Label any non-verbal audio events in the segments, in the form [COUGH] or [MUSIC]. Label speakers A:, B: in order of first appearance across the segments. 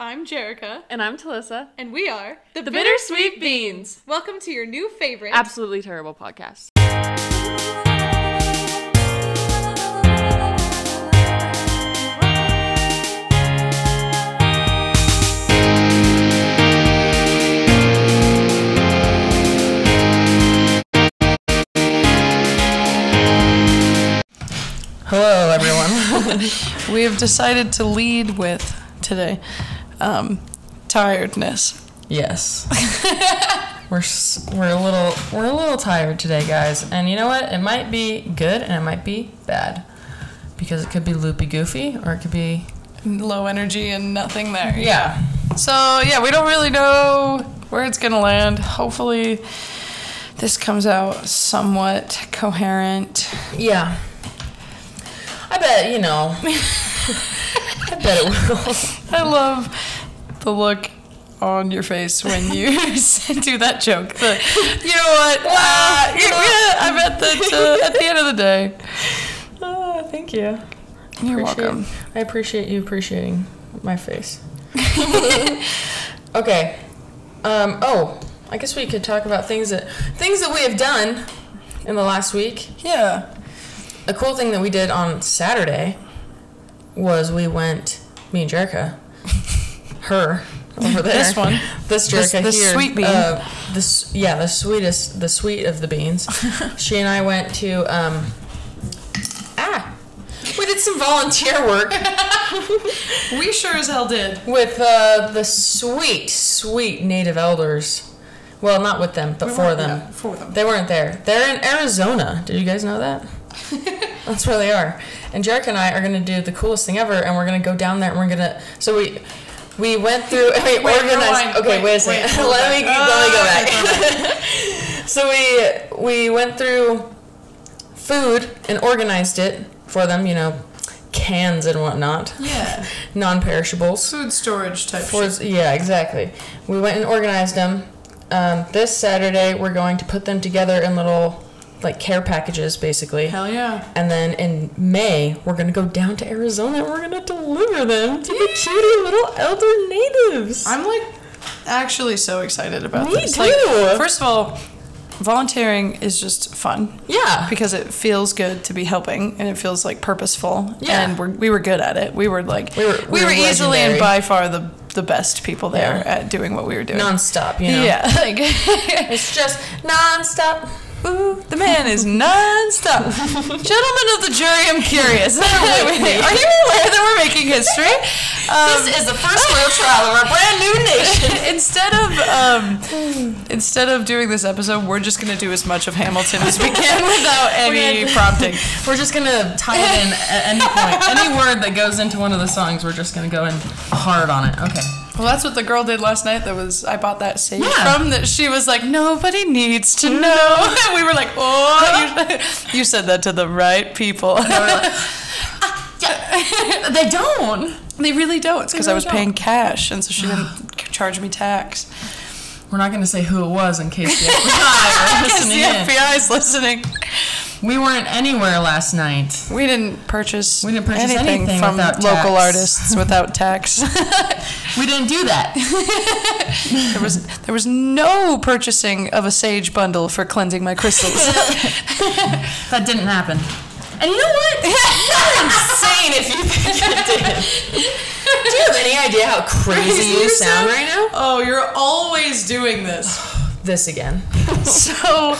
A: I'm Jerica,
B: And I'm Talissa.
A: and we are the,
B: The
A: Bitter.
B: Bittersweet Beans.
A: Welcome to your new favorite.
B: Absolutely terrible podcast.
C: Hello, everyone. we have decided to lead with today um, tiredness.
D: Yes. [LAUGHS] we're s- we're a little we're a little tired today, guys. And you know what? It might be good and it might be bad. Because it could be loopy goofy or it could be
C: Low energy and nothing there.
D: yeah.
C: So, yeah, we don't really know where it's going to land. Hopefully, this comes out somewhat coherent.
D: Yeah. I bet, you [LAUGHS] know. I bet it [LAUGHS] will.
C: I love the look on your face when you [LAUGHS] do that joke. The, you know what?
D: Uh,
C: Ah,
D: [LAUGHS]
C: yeah, I bet that uh, at the end of the day,
D: Oh, thank you.
C: you're
D: Appreciate-
C: welcome.
D: I appreciate you appreciating my
C: [LAUGHS]
D: face. okay. Um, oh, I guess we could talk about things that things that we have done in the last week.
C: Yeah.
D: A cool thing that we did on Saturday was we went me and
C: [LAUGHS]
D: Jerka, her over there.
C: This one.
D: This
C: This-
D: Jerka
C: this
D: here.
C: sweet bean.
D: Uh, this yeah, the sweetest, the sweet of the
C: [LAUGHS]
D: beans. she and I went to um, ah, we did some volunteer work.
C: We sure as hell did.
D: with uh, the sweet, sweet native elders. Well, not with them, but for them.
C: for them.
D: They weren't there. They're in Arizona. Did you guys know
C: [LAUGHS]
D: that? That's where they are. And Jarek and I are gonna do the coolest thing ever, and we're gonna go down there, and we're gonna. So we we went through. [LAUGHS] We
C: rewind.
D: organized. Okay, wait, a
C: Wait, Ah,
D: second. [LAUGHS] let me let me go back. [LAUGHS] so we we went through food and organized it for them. You know, cans and whatnot,
C: Yeah.
D: non-perishables.
C: Food storage type shit.
D: Towards- yeah, exactly. We went and organized them. Um, this Saturday, we're going to put them together in little, like, care packages, basically.
C: Hell yeah.
D: And then in May, we're going to go down to Arizona and we're going to deliver them to the cutie little elder natives.
C: I'm like actually so excited about
D: Me
C: this. Like,
D: too.
C: first of all, volunteering is just fun.
D: yeah.
C: Because it feels good to be helping and it feels like purposeful.
D: Yeah.
C: And we're, we were good at it. We were like, we
D: We
C: were,
D: were- we were
C: easily and
D: legendary.
C: by far the, the best people there
D: Yeah.
C: at doing what we were doing.
D: Nonstop, you know?
C: [LAUGHS] Yeah.
D: [LAUGHS]
C: Like, [LAUGHS]
D: It's just nonstop.
C: Ooh, the man is nonstop. Gentlemen of the jury, I'm
D: [LAUGHS]
C: curious. [LAUGHS] Are you aware that we're making history?
D: [LAUGHS]
C: Um,
D: This is the first real trial of our [LAUGHS] brand new nation.
C: [LAUGHS] instead of um, instead of doing this episode, we're just gonna do as much of Hamilton as we can [LAUGHS] without any
D: had-
C: prompting.
D: We're just going to tie it in at any [LAUGHS] point. Any word that goes into one of the songs, we're just going to go in hard on it. Okay.
C: Well, that's what the girl did last night. That was I bought that save
D: Yeah.
C: from. That she was like, nobody needs to know. [LAUGHS] And we were like, oh, [LAUGHS] you, you said that to the right [LAUGHS] people.
D: They don't.
C: They really don't. It's because I
D: really
C: was
D: don't.
C: paying cash, and so she [SIGHS] didn't c- charge me tax.
D: We're not going to say who it was in case the [LAUGHS] FBI are
C: Because [LAUGHS] the
D: listening in.
C: FBI's listening.
D: We weren't anywhere last night.
C: We ditn't purchase,
D: We didn't purchase
C: anything,
D: anything
C: from
D: without
C: local
D: tax.
C: artists without [LAUGHS] tax.
D: We didn't do that.
C: there was there was no purchasing of a sage bundle for cleansing my crystals.
D: That didn't happen. And you know [LAUGHS] what? You're insane if you think it did. Do you have any idea how crazy you sound right now?
C: Oh, you're always doing this.
D: This again.
C: so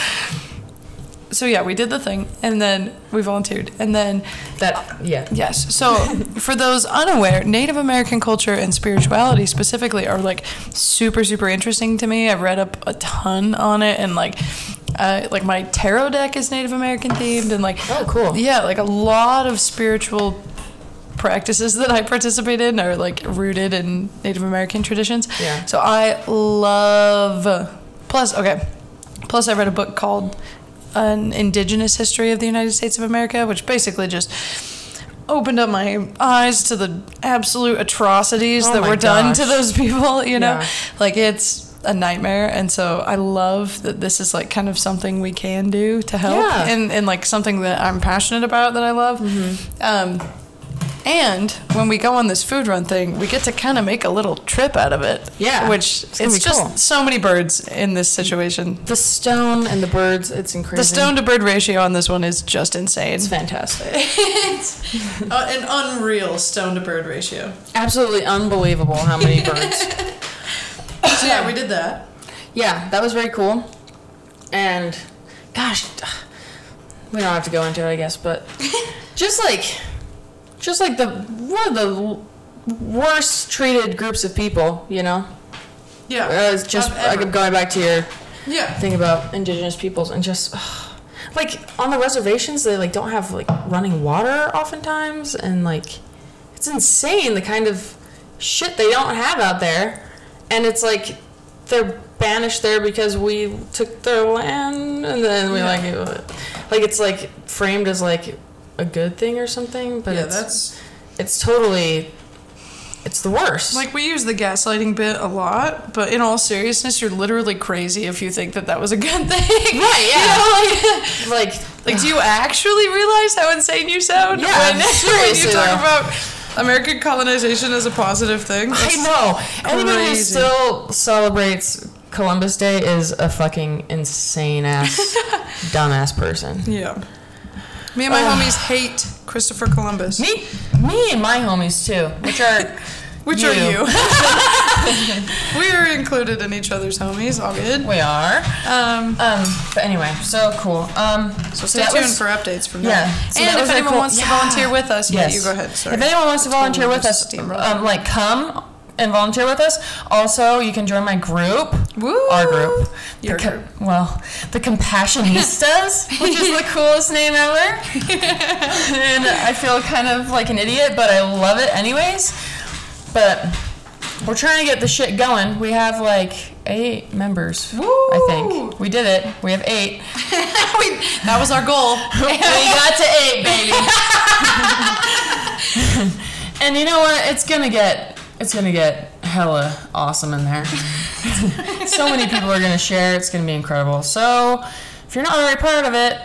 C: so yeah, we did the thing, and then we volunteered, and then
D: That yeah.
C: Yes. So, for those unaware, Native American culture and spirituality specifically are like super, super interesting to me. I've read up a ton on it, and like, uh, like my tarot deck is Native American themed, and like,
D: Oh, cool.
C: yeah, like a lot of spiritual practices that I participate in are like rooted in Native American traditions.
D: Yeah.
C: So I love. Plus, okay. Plus, I read a book called "An Indigenous History of the United States of America," which basically just opened up my eyes to the absolute atrocities
D: Oh
C: that
D: my
C: were done to
D: gosh.
C: those people. You know,
D: Yeah.
C: like it's a nightmare, and so I love that this is like kind of something we can do to help
D: Yeah. Mm-hmm.
C: and and like something that I'm passionate about that I love. Um, And when we go on this food run thing, we get to kind of make a little trip out of it.
D: Yeah.
C: Which
D: It's
C: it's,
D: gonna be
C: just
D: cool.
C: so many birds in this situation.
D: The stone and the birds, it's incredible.
C: The stone to bird ratio on this one is just insane. Uh,
D: It's fantastic.
C: an unreal stone to bird ratio.
D: Absolutely unbelievable how [LAUGHS] many birds.
C: So yeah, we did that.
D: Yeah, that was very cool. And gosh, we don't have to go into it, I guess, but
C: [LAUGHS]
D: just like just like the one of the worst treated groups of people, you know.
C: Yeah.
D: Uh, it's just
C: Of ever.
D: like going back to your
C: yeah.
D: thing about indigenous peoples and just like on the reservations they like don't have like running water oftentimes and like it's insane the kind of shit they don't have out there and it's like they're banished there because we took their land and then we like it- like it's like framed as like a good thing or something but
C: Yeah,
D: it's
C: that's
D: it's totally it's the worst
C: like we use the gaslighting bit a lot, but in all seriousness, you're literally crazy if you think that that was a good [LAUGHS] thing.
D: right yeah like,
C: Like, do you actually realize how insane you sound
D: Yeah,
C: when, [LAUGHS] when
D: seriously,
C: you talk
D: though.
C: about American colonization as a positive thing?
D: I know. Anyone who
C: crazy.
D: still celebrates Columbus Day is a fucking insane [LAUGHS] ass, dumbass person.
C: Yeah. Me and my homies hate Christopher Columbus,
D: Me, me, and my homies too, which are
C: which are
D: You. [LAUGHS]
C: you. [LAUGHS] we are included in each other's homies. All good.
D: we are.
C: Um,
D: Um, but anyway, so cool. Um,
C: so stay
D: that
C: tuned
D: was-
C: for updates from
D: Yeah.
C: now.
D: So that
C: and
D: was
C: if
D: a
C: anyone
D: cool-
C: wants
D: Yeah.
C: to volunteer with us, yeah,
D: Yes.
C: you go ahead. Sorry.
D: If anyone wants to volunteer
C: totally
D: with us,
C: just steamrolled.
D: um, like come and volunteer with us. Also, you can join my group,
C: Woo.
D: our group,
C: Your
D: the well, the
C: [LAUGHS]
D: Compassionistas, which is the coolest name ever. and I feel kind of like an idiot, but I love it anyways. But we're trying to get the shit going. We have like eight members, I
C: Woo.
D: think. We did it. We have eight.
C: Wait, that was our goal.
D: we got to eight, baby. [LAUGHS] and you know what? It's gonna get it's gonna get hella awesome in there. [LAUGHS] so many people are gonna share. It's gonna be incredible. So if you're not already part of it,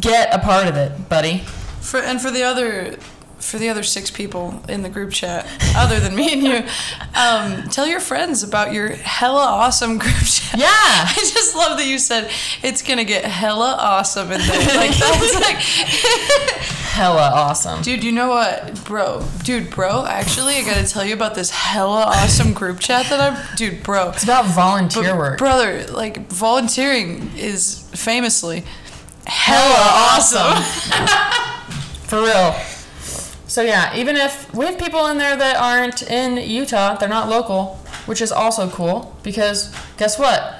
D: get a part of it, buddy.
C: For, and for the other for the other six people in the group chat, [LAUGHS] other than me and you, um, tell your friends about your hella awesome [LAUGHS] group chat.
D: Yeah.
C: I just love that you said it's gonna get hella awesome in there.
D: [LAUGHS]
C: Like that's like,
D: Hella awesome.
C: dude, you know what, bro? Dude, bro, actually, I gotta tell you about this hella awesome group chat that I'm. Dude, bro,
D: It's about volunteer work.
C: brother, like volunteering is famously
D: hella
C: hella
D: awesome. [LAUGHS] For real. So yeah, even if we have people in there that aren't in Utah, they're not local, which is also cool because guess what?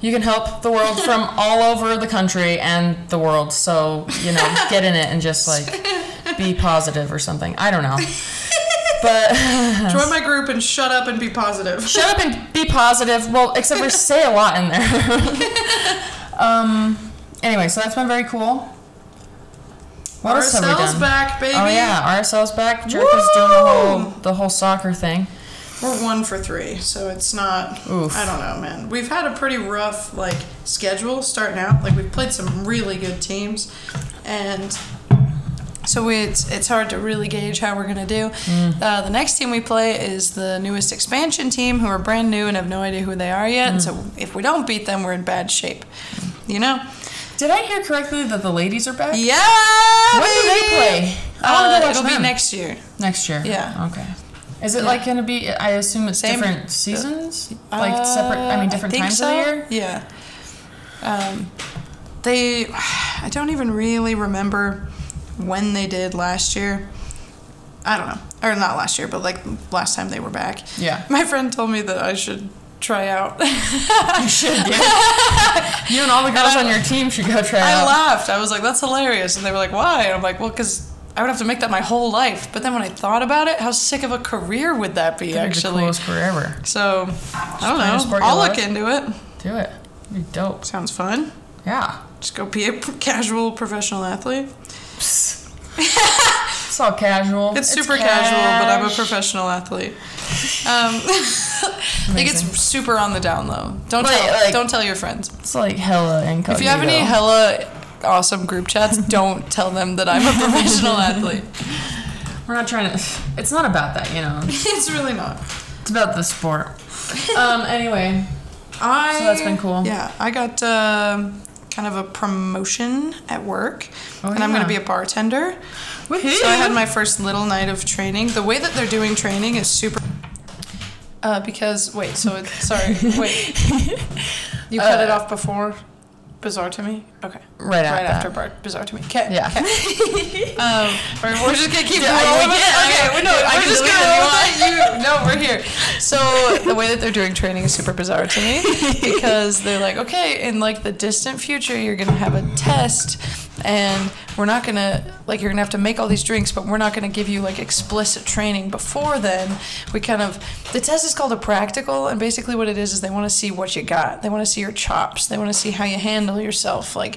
D: You can help the world from all over the country and the world. So, you know, get in it and just like be positive or something. I don't know. But
C: Join my group and shut up and be positive.
D: shut up and be positive. Well, except we say a lot in there.
C: [LAUGHS]
D: um anyway, so that's been very cool. What else have we
C: Ourselves
D: done?
C: back, baby.
D: Oh yeah, RSL's back. Jerk is doing the whole the whole soccer thing.
C: We're one for three, so it's not.
D: Oof.
C: I don't know, man. We've had a pretty rough like schedule starting out. Like we've played some really good teams, and so we, it's it's hard to really gauge how we're gonna do.
D: Mm.
C: Uh, the next team we play is the newest expansion team, who are brand new and have no idea who they are yet.
D: Mm.
C: And so if we don't beat them, we're in bad shape. You know?
D: Did I hear correctly that the ladies are back?
C: Yeah.
D: When do they
C: baby!
D: play? I wanna go
C: Uh,
D: watch
C: it'll
D: them.
C: be next year.
D: Next year.
C: Yeah.
D: Okay. Is it like gonna be? I assume it's
C: Same.
D: different seasons, like
C: Uh,
D: separate. I mean, different
C: think
D: times
C: so.
D: of the year.
C: Yeah. Um, they, I don't even really remember when they did last year. I don't know, or not last year, but like last time they were back.
D: Yeah.
C: My friend told me that I should try out. [LAUGHS]
D: You should. Dude. you and all the girls on your team should go try
C: I
D: out.
C: laughed. I was like, "That's hilarious," and they were like, "Why?" And I'm like, "Well, because." I would have to make that my whole life. But then when I thought about it, how sick of a career would that be,
D: That'd be the
C: actually?
D: coolest career ever.
C: So,
D: trying to
C: I don't know.
D: spark your
C: I'll look
D: luck.
C: into it.
D: Do it. It'd be dope.
C: Sounds fun.
D: Yeah.
C: Just go be a [LAUGHS] p- casual professional athlete.
D: Psst. it's all casual.
C: It's, super casual, but I'm a
D: cash.
C: professional athlete. Um, [LAUGHS] like it's
D: Amazing.
C: super on the down low. Don't
D: Like-
C: tell,
D: like-
C: don't tell your friends.
D: It's like hella incognito.
C: If you have any
D: [LAUGHS]
C: hella awesome group chats, don't tell them that I'm a professional athlete.
D: We're not trying to. It's not about that, you know.
C: [LAUGHS] it's really not.
D: It's about the [LAUGHS] sport. Um. Anyway.
C: I
D: So that's been cool.
C: Yeah, I got um kind of a promotion at work, and I'm going
D: Oh, yeah.
C: to be a bartender. So I had my first little night of training. The way that they're doing training is super. Uh, because wait, so it, sorry, wait, you cut it off before. Bizarre to me. Okay.
D: Uh, Right
C: Right
D: after.
C: after bar- bizarre to me. Okay.
D: Yeah.
C: Um, we're, we're just gonna keep
D: Yeah, I-
C: rolling. with it?
D: yeah,
C: okay,
D: I-
C: we're, no,
D: I
C: we're
D: can
C: just
D: delete
C: gonna
D: it if
C: roll with it. You, [LAUGHS] no, we're here. So the way that they're doing training is super bizarre
D: [LAUGHS]
C: to me because they're like, okay, in like the distant future, you're gonna have a test, and we're not gonna like you're gonna have to make all these drinks, but we're not gonna give you like explicit training before then. We kind of the test is called a practical, and basically what it is is they want to see what you got. They want to see your chops. They want to see how you handle yourself, like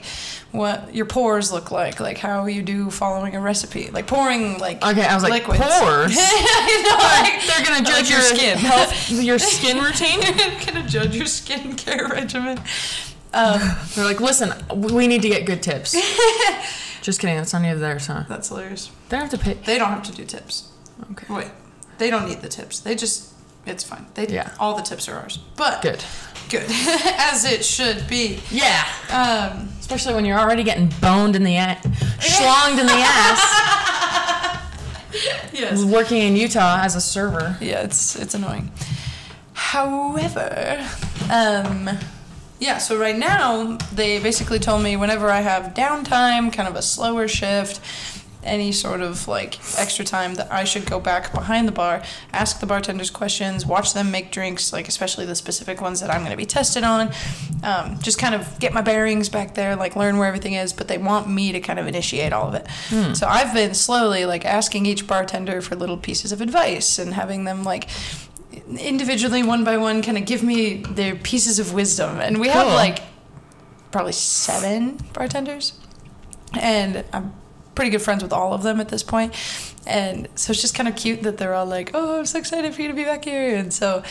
C: what your pores look like, like how you do following a recipe, like pouring like
D: Okay, I was like,
C: liquids. [LAUGHS]
D: pores?
C: You know,
D: [LAUGHS]
C: like,
D: They're gonna
C: Like
D: judge
C: your
D: your, [LAUGHS]
C: skin.
D: health, your skin routine.
C: [LAUGHS] they're gonna judge your skincare regimen.
D: [LAUGHS]
C: Um,
D: They're like, listen, we need to get good [LAUGHS] tips. Just kidding, that's none of theirs, huh?
C: that's hilarious.
D: They don't have to pay.
C: They don't have to do tips.
D: Okay.
C: Wait, they don't need the tips. They just it's fine. They
D: Yeah.
C: all the tips are ours. But
D: Good.
C: good [LAUGHS] as it should be.
D: Yeah.
C: Um,
D: Especially when you're already getting boned in the ass, schlonged in the [LAUGHS] ass,
C: yes.
D: working in Utah as a server.
C: Yeah, it's it's annoying. However, um, yeah. So right now they basically told me whenever I have downtime, kind of a slower shift. Any sort of like extra time that I should go back behind the bar, ask the bartenders questions, watch them make drinks, like especially the specific ones that I'm going to be tested on. Um, just kind of get my bearings back there, like learn where everything is. But they want me to kind of initiate all of it. So I've been slowly like asking each bartender for little pieces of advice and having them like individually, one by one, kind of give me their pieces of wisdom. And we have
D: Cool.
C: like probably seven bartenders, and I'm pretty good friends with all of them at this point. And so it's just kind of cute that they're all like, "Oh, I'm so excited for you to be back here." And so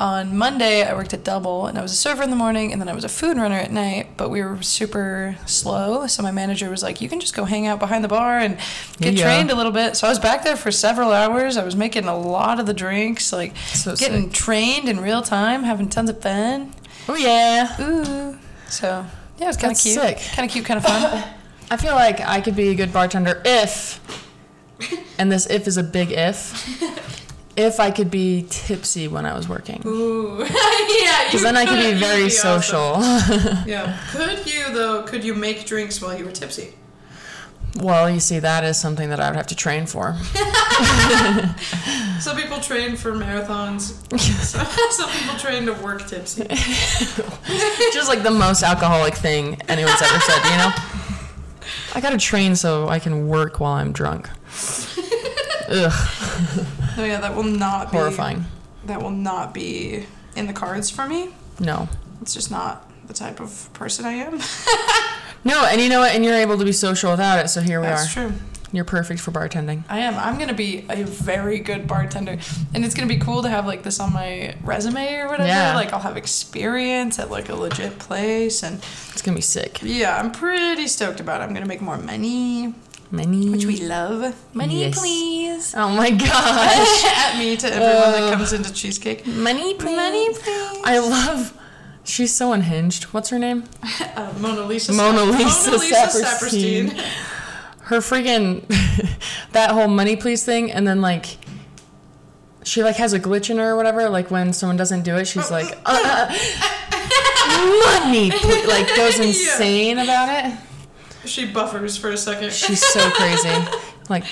C: on Monday, I worked at Double, and I was a server in the morning, and then I was a food runner at night. But we were super slow, so my manager was like, "You can just go hang out behind the bar and get
D: Yeah.
C: trained a little bit." So I was back there for several hours. I was making a lot of the drinks, like
D: So
C: getting trained in real time, having tons of fun.
D: Oh, yeah.
C: Ooh. So yeah, it was kind of
D: That's
C: cute.
D: sick.
C: Kind of cute, kind of fun.
D: I feel like I could be a good bartender if, and this if is a big
C: [LAUGHS]
D: if, if I could be tipsy when I was working.
C: Ooh. [LAUGHS] yeah. [LAUGHS]
D: Because then I could be very social.
C: Yeah. Could you though? Could you make drinks while you were tipsy?
D: well, you see, that is something that I would have to train
C: [LAUGHS]
D: for.
C: Some people train for marathons. [LAUGHS] some, people train to work tipsy.
D: Just like the most alcoholic thing anyone's ever said, you
C: [LAUGHS]
D: know? I gotta train so I can work while I'm drunk. Ugh,
C: Oh yeah, that will not be
D: horrifying.
C: That will not be in the cards for me.
D: No.
C: It's just not the type of person I am.
D: No, and you know what? And you're able to be social without it, so here we are.
C: That's true.
D: You're perfect for bartending.
C: I am. I'm gonna be a very good bartender, and it's gonna be cool to have like this on my resume or whatever.
D: Yeah.
C: Like I'll have experience at like a legit place, and
D: It's gonna be sick.
C: yeah, I'm pretty stoked about. it. I'm gonna make more money,
D: Many.
C: which we love. Money,
D: Yes.
C: please.
D: Oh my gosh.
C: [LAUGHS] at me to everyone that comes into cheesecake.
D: Money, please.
C: [LAUGHS] Money, please.
D: I love. She's so unhinged. What's her name?
C: Uh, Mona Lisa.
D: Mona
C: Sap-
D: Lisa Saperstein. her freaking [LAUGHS] that whole money please thing and then like she like has a glitch in her or whatever like when someone doesn't do it she's like uh,
C: [LAUGHS]
D: uh, money please, like goes
C: Yeah.
D: insane about it
C: She buffers for a second.
D: she's so crazy like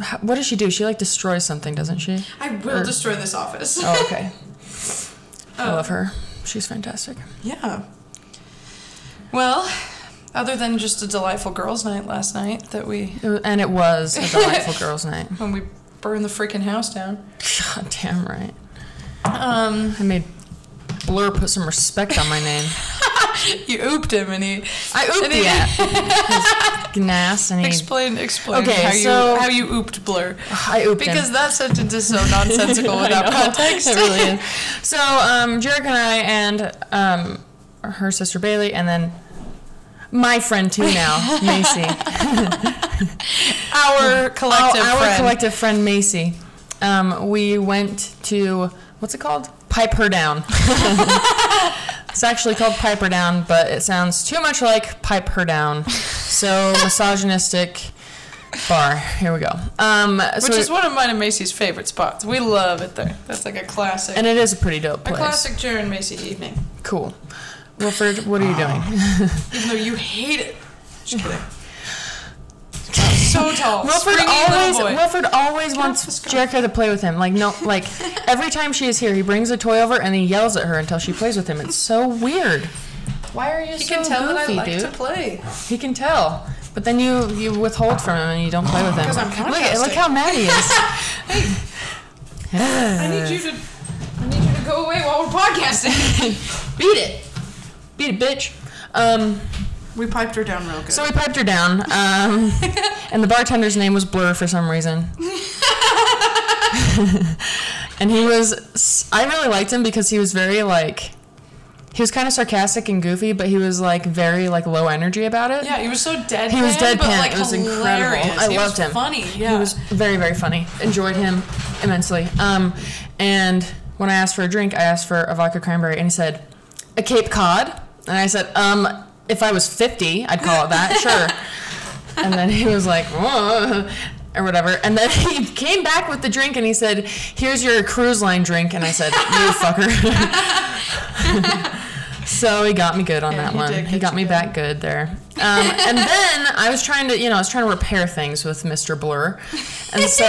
D: h- what does she do she like destroys something doesn't she
C: I will destroy this office.
D: oh okay
C: Oh.
D: i love her she's fantastic
C: Yeah. Well, other than just a delightful girls' night last night that we
D: It wa- and it was
C: [LAUGHS]
D: a delightful girls night
C: when we burned the freaking house down.
D: god damn right
C: Um,
D: i made blur put some respect on my name
C: you ooped him and he [LAUGHS]
D: I ooped
C: And he-
D: the app.
C: [LAUGHS]
D: Gnass and he,
C: explained explained
D: Okay,
C: how
D: so- Oh,
C: you how you ooped blur
D: I ooped him.
C: because that sentence is so
D: [LAUGHS]
C: nonsensical without context.
D: It really is. So, um, Jarek and I and um, her sister Bailey and then my friend too
C: [LAUGHS]
D: now, Macy.
C: Our collective
D: our
C: friend.
D: collective friend Macy. Um, we went to what's it called? Pipe her
C: [LAUGHS]
D: down. it's actually called pipe her down, but it sounds too much like pipe her down. So misogynistic bar. Here we go. Um, so
C: which is one of mine and Macy's favorite spots. We love it there. That's like a classic,
D: and it is a pretty dope
C: a
D: place.
C: classic Jer and Macy evening.
D: Cool. Wilford, what are you
C: Ah.
D: doing?
C: Even though you hate it. Just kidding. so tall.
D: Wilford
C: springy little
D: always
C: boy.
D: Wilford always wants
C: this couch.
D: Jerica to play with him. Like
C: [LAUGHS]
D: no, like every time she is here, he brings a toy over and he yells at her until she plays with him. It's so weird. Why are you
C: He
D: so
C: can tell
D: goofy,
C: that I like
D: dude?
C: to play.
D: He can tell, but then you you withhold from him and you don't play with him.
C: [GASPS] 'Cause I'm
D: look, at- look
C: podcasting.
D: how mad he
C: [LAUGHS]
D: is.
C: I need you to. I need you to go away while we're podcasting.
D: Beat it, beat it, bitch. Um,
C: [LAUGHS] we piped her down real good.
D: so we piped her down, um, [LAUGHS] and the bartender's name was Blur for some reason. [LAUGHS] and he was, I really liked him because he was very like, he was kind of sarcastic and goofy, but he was like very like low energy about it.
C: yeah, he was so deadpan.
D: He was
C: But
D: deadpan.
C: like
D: It was incredible.
C: hilarious.
D: I
C: he
D: loved
C: was
D: him.
C: Funny. Yeah.
D: He was very, very funny. Enjoyed him immensely. Um, and when I asked for a drink, I asked for a vodka cranberry, and he said, a Cape Cod. And I said, um, if I was 50, I'd call it that,
C: [LAUGHS]
D: sure. And then he was like, "Whoa," or whatever. And then he came back with the drink, and he said, here's your cruise line drink. And I said,
C: [LAUGHS]
D: you fucker. So he got me good on that
C: he
D: one.
C: did
D: He
C: get
D: got
C: you
D: me
C: good.
D: back good there. Um, and then I was trying to, you know, I was trying to repair things with Mr. Blur. And so [LAUGHS]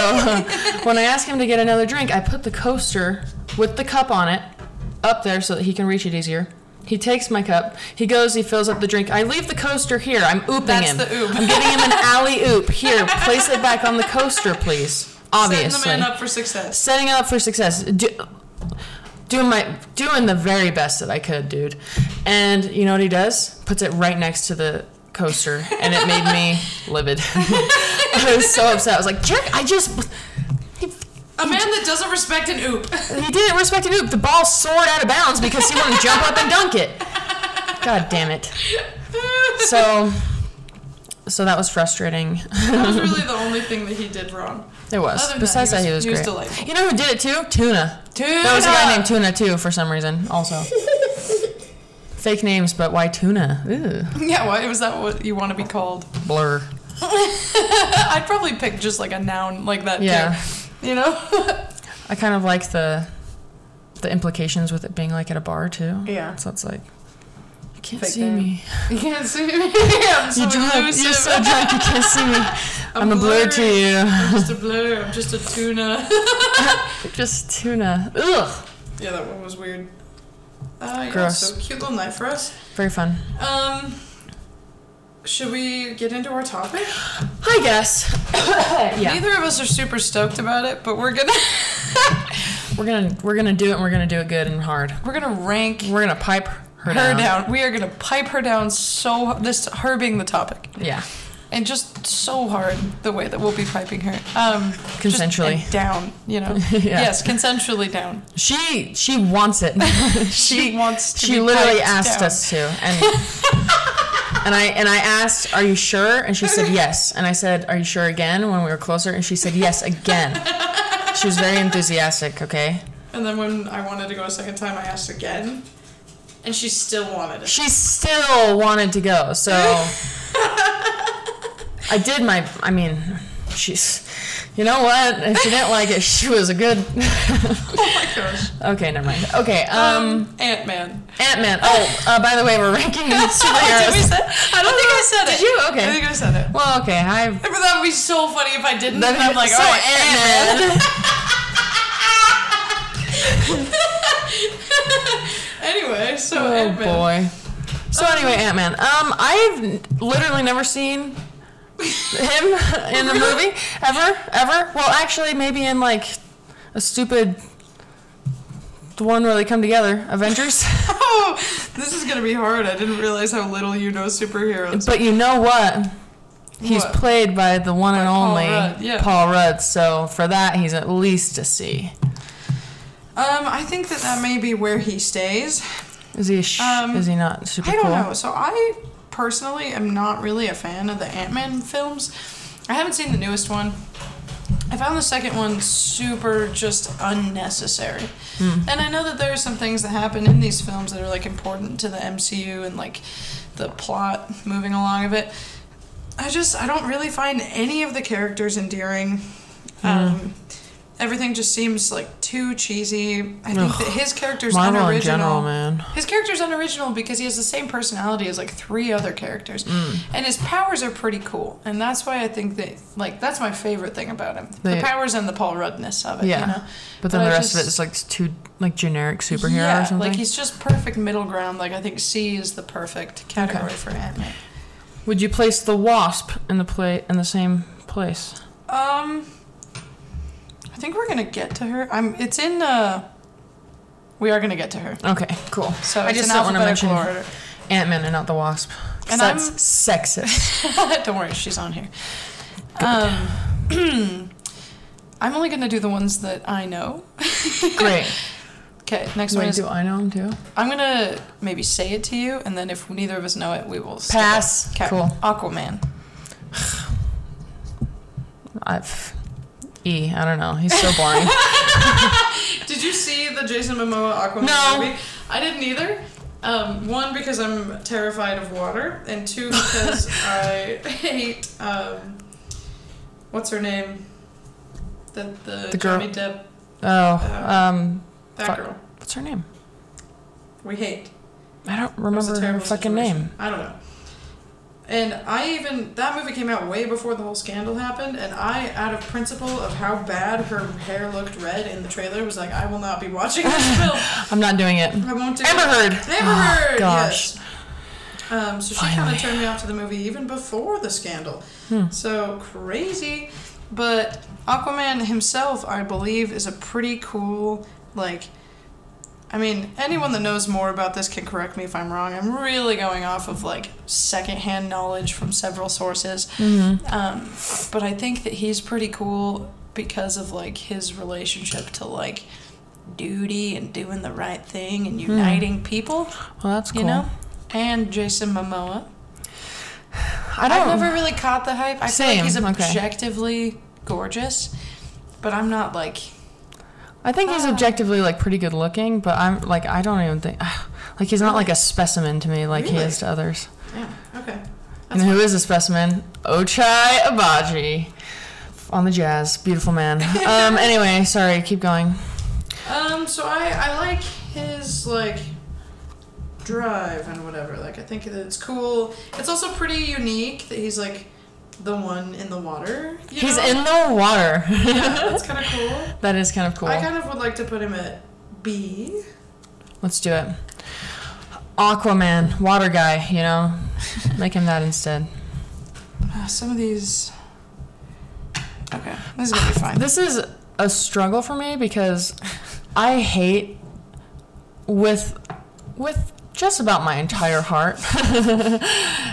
D: when I asked him to get another drink, I put the coaster with the cup on it up there so that he can reach it easier. He takes my cup. He goes. He fills up the drink. I leave the coaster here. I'm ooping
C: That's
D: him.
C: the oop.
D: I'm giving him an alley oop. Here, place it back on the coaster, please. Obviously,
C: Setting the man up for success.
D: setting up for success. Do, doing my doing the very best that I could, dude. And you know what he does? Puts it right next to the coaster, and it made
C: [LAUGHS]
D: me livid. [LAUGHS] I was so upset. I was like, Jerk, I just
C: A man that doesn't respect an
D: [LAUGHS]
C: oop.
D: he didn't respect it. dude. The ball soared out of bounds because he wanted to jump up and dunk it. God damn it. So so that was frustrating. [LAUGHS]
C: That was really the only thing that he did wrong.
D: It was.
C: Other than that,
D: Besides that,
C: he
D: he
C: was-
D: was,
C: he was
D: great.
C: delightful.
D: You know who did it too? Tuna.
C: Tuna.
D: There was a guy named Tuna too for some reason.
C: [LAUGHS]
D: Also, fake names, but why Tuna? Ooh,
C: Yeah, why was that what you want to be called? [LAUGHS]
D: blur.
C: I'd probably pick just like a noun like that
D: Yeah.
C: too. You know? [LAUGHS]
D: I kind of like the the implications with it being like at a bar too.
C: Yeah.
D: So it's like you can't
C: Fake
D: see
C: name.
D: me.
C: you can't see me. [LAUGHS] I'm so
D: You're drunk.
C: elusive.
D: You're so drunk. You can't see me.
C: [LAUGHS]
D: I'm, a blur to
C: blurry.
D: you.
C: I'm [LAUGHS] just a blur. I'm just a [LAUGHS] tuna.
D: Just Tuna. Ugh.
C: yeah, that one was weird. Uh, yeah,
D: Gross.
C: So cute little knife for us.
D: Very fun.
C: Um, should we get into our topic?
D: I guess. yeah.
C: Neither of us are super stoked about it, but we're gonna [LAUGHS]
D: We're gonna we're gonna do it. and We're gonna do it good and hard.
C: we're gonna rank
D: We're gonna pipe her,
C: her down. We are gonna pipe her down so this her being the topic.
D: Yeah.
C: and just so hard the way that we'll be piping her um just-
D: Consensually.
C: and down you
D: [LAUGHS]
C: know
D: Yeah.
C: yes consensually
D: [LAUGHS]
C: down
D: She she wants it. [LAUGHS] she,
C: wants to
D: She
C: be
D: literally
C: piped
D: asked
C: down.
D: us to,
C: [LAUGHS]
D: and and I and I asked, "Are you sure?" And she said yes. And I said, "Are you sure again?" When we were closer, and she said yes again. she was very enthusiastic. Okay,
C: and then when i wanted to go a second time i asked again and she still wanted it
D: she still wanted to go, so I did my. I mean, she's. You know what? If she didn't like it, she was a good.
C: [LAUGHS]
D: [LAUGHS]
C: oh my gosh
D: okay, never mind. Okay, um,
C: um ant-man
D: Ant Man. Oh, uh, by the way, we're ranking
C: [LAUGHS] Oh, did we
D: superheroes.
C: say i don't think i said it
D: Did you? Okay.
C: i think i said it
D: Well, okay, I.
C: but that would be so funny if i didn't and i'm like
D: so
C: oh
D: Ant-Man. [LAUGHS]
C: anyway so
D: Oh
C: ant-man
D: boy. So anyway, Ant Man. Um, I've n- literally never seen him [LAUGHS] in a movie ever, ever. Well, actually, maybe in like a stupid the one where they come together,
C: [LAUGHS]
D: Avengers.
C: oh [LAUGHS] this is gonna be hard i didn't realize how little you know superheroes
D: but you know what? He's
C: What?
D: played by the one and
C: Paul
D: only
C: Rudd, yeah.
D: Paul Rudd. So for that, he's at least a C.
C: Um, I think that that may be where he stays.
D: Is he? A sh-
C: Um,
D: is he not super
C: I don't
D: cool?
C: know. So I personally am not really a fan of the Ant Man films. I haven't seen the newest one. I found the second one super just unnecessary.
D: Hmm.
C: And I know that there are some things that happen in these films that are like important to the MCU and like the plot moving along of it. I just I don't really find any of the characters endearing.
D: Hmm.
C: Um, everything just seems like too cheesy. I think that his character's
D: Marvel
C: unoriginal.
D: in general, man.
C: His character's unoriginal because he has the same personality as like three other characters,
D: Mm.
C: and his powers are pretty cool. And that's why I think that like that's my favorite thing about him:
D: They-
C: the powers and the Paul Ruddness of it.
D: Yeah.
C: you know?
D: But then
C: I
D: the rest of it
C: just-
D: is like too like generic superhero
C: yeah,
D: or something.
C: like he's just perfect middle ground. Like I think C is the perfect category for Ant Man.
D: Would you place the wasp in the play in the same place?
C: Um, I think we're gonna get to her. I'm. It's in. Uh, we are gonna get to her.
D: Okay, cool.
C: So
D: I
C: it's
D: just
C: in
D: don't want to
C: alphabetical
D: mention
C: order.
D: Ant Man and not the wasp.
C: And
D: That's
C: I'm- [LAUGHS]
D: sexist.
C: Don't worry, she's on here. Um, [CLEARS THROAT] I'm only gonna do the ones that I know.
D: Great.
C: Okay, next one
D: Wait,
C: is
D: do I know him too?
C: I'm gonna maybe say it to you, and then if neither of us know it, we will skip it.
D: Pass.
C: 'Kay,
D: Cool.
C: Aquaman.
D: I've E. I don't know. He's so
C: [LAUGHS]
D: boring.
C: Did you see the Jason Momoa Aquaman
D: No.
C: movie? I didn't either. Um, one because I'm terrified of water, and two [LAUGHS] because I hate um, what's her name, the the,
D: The girl.
C: Johnny Depp
D: oh, um,
C: that
D: Fuck.
C: girl.
D: what's her name?
C: We hate.
D: I don't
C: It was a
D: remember her
C: terrible
D: fucking
C: situation.
D: name.
C: I don't know. And I even that movie came out way before the whole scandal happened, and I, out of principle of how bad her hair looked red in the trailer, was like, I will not be watching
D: [LAUGHS]
C: this film.
D: I'm not doing it.
C: I won't do
D: Amber
C: it.
D: Heard. Ah,
C: Amber Heard.
D: gosh.
C: Yes. Um, so she kind of turned me off to the movie even before the scandal. So crazy, but Aquaman himself, I believe, is a pretty cool like. I mean, anyone that knows more about this can correct me if I'm wrong. I'm really going off of like secondhand knowledge from several sources. Um, but I think that he's pretty cool because of like his relationship to like duty and doing the right thing and uniting people,
D: Well, that's cool.
C: you know? And Jason Momoa.
D: I don't.
C: I've never really caught the hype. I feel
D: Same,
C: like he's
D: okay.
C: objectively gorgeous, but I'm not like
D: I think
C: Um,
D: he's objectively like pretty good looking, but I'm like I don't even think [SIGHS] like he's not like a specimen to me like he
C: Really?
D: is to others.
C: yeah, okay.
D: and who is a specimen? Ochai Abaji on the jazz, beautiful
C: [LAUGHS]
D: man. um. Anyway, sorry. Keep going.
C: Um, so I, I like his like drive and whatever. Like I think that it's cool. It's also pretty unique that he's like the one in the water. you
D: He's
C: know?
D: in the water.
C: [LAUGHS]
D: [LAUGHS]
C: Yeah, [LAUGHS] it's kind of cool.
D: that is kind of cool.
C: I kind of would like to put him at B.
D: Let's do it. Aquaman, water guy. You
C: [LAUGHS]
D: know, make him that instead.
C: Uh, some of these. Okay, this is gonna be fine.
D: This is a struggle for me because I hate with with just about my entire heart [LAUGHS]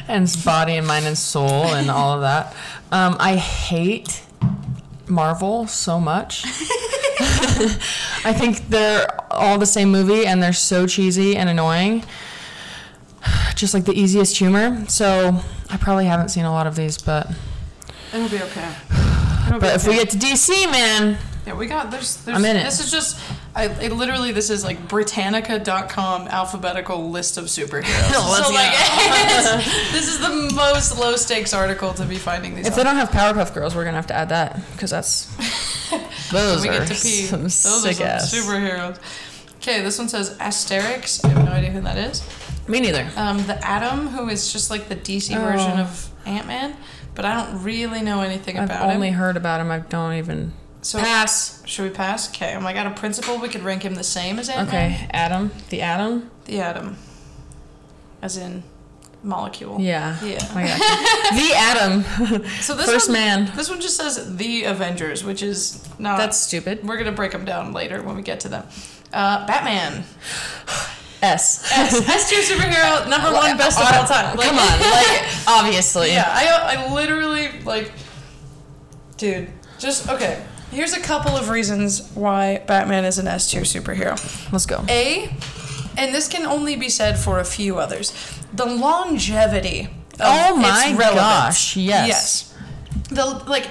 D: and s- body and mind and soul and all of that. Um, I hate Marvel so much. I think they're all the same movie and they're so cheesy and annoying. Just like the easiest humor. So I probably haven't seen a lot of these, but
C: It'll be okay. It'll be
D: but if we
C: okay.
D: get to DC, man,
C: yeah, we got there's, there's
D: I'm in it.
C: This is just, I it literally this is like Britannica.com alphabetical list of superheroes.
D: Let's
C: so like, it's- [LAUGHS] this is the most low stakes article to be finding these.
D: If they don't have Powerpuff Girls, we're gonna have to add that because [LAUGHS] that's
C: on.
D: those
C: we
D: are
C: get to pee.
D: some
C: Those
D: sick
C: are
D: ass.
C: some superheroes. Okay, this one says Asterix. I have no idea who that is.
D: Me neither.
C: um, the Atom, who is just like the DC version
D: Oh.
C: of Ant Man, but I don't really know anything
D: I've
C: about
D: only
C: him.
D: heard about him. I don't even.
C: So Should we pass? Okay. oh I'm like, out of principle, we could rank him the same as Ant Man.
D: Okay, Adam, the Adam.
C: The Atom, as in molecule.
D: Yeah. Oh
C: Yeah.
D: My [LAUGHS] God. the Adam.
C: So this
D: First
C: one,
D: man.
C: This one just says the Avengers, which is
D: [LAUGHS]
C: not.
D: That's stupid.
C: We're gonna break them down later when we get to them. Uh, Batman.
D: S.
C: [LAUGHS] S, S tier superhero number one best of
D: Auto-
C: all time. Like-
D: Come on, [LAUGHS] like obviously.
C: [LAUGHS] Yeah, I, I literally like, dude. Just okay. Here's a couple of reasons why Batman is an S tier superhero.
D: Let's go.
C: A, and this can only be said for a few others. the longevity. Of
D: Oh
C: its
D: my
C: relevance.
D: gosh, yes.
C: Yes. The like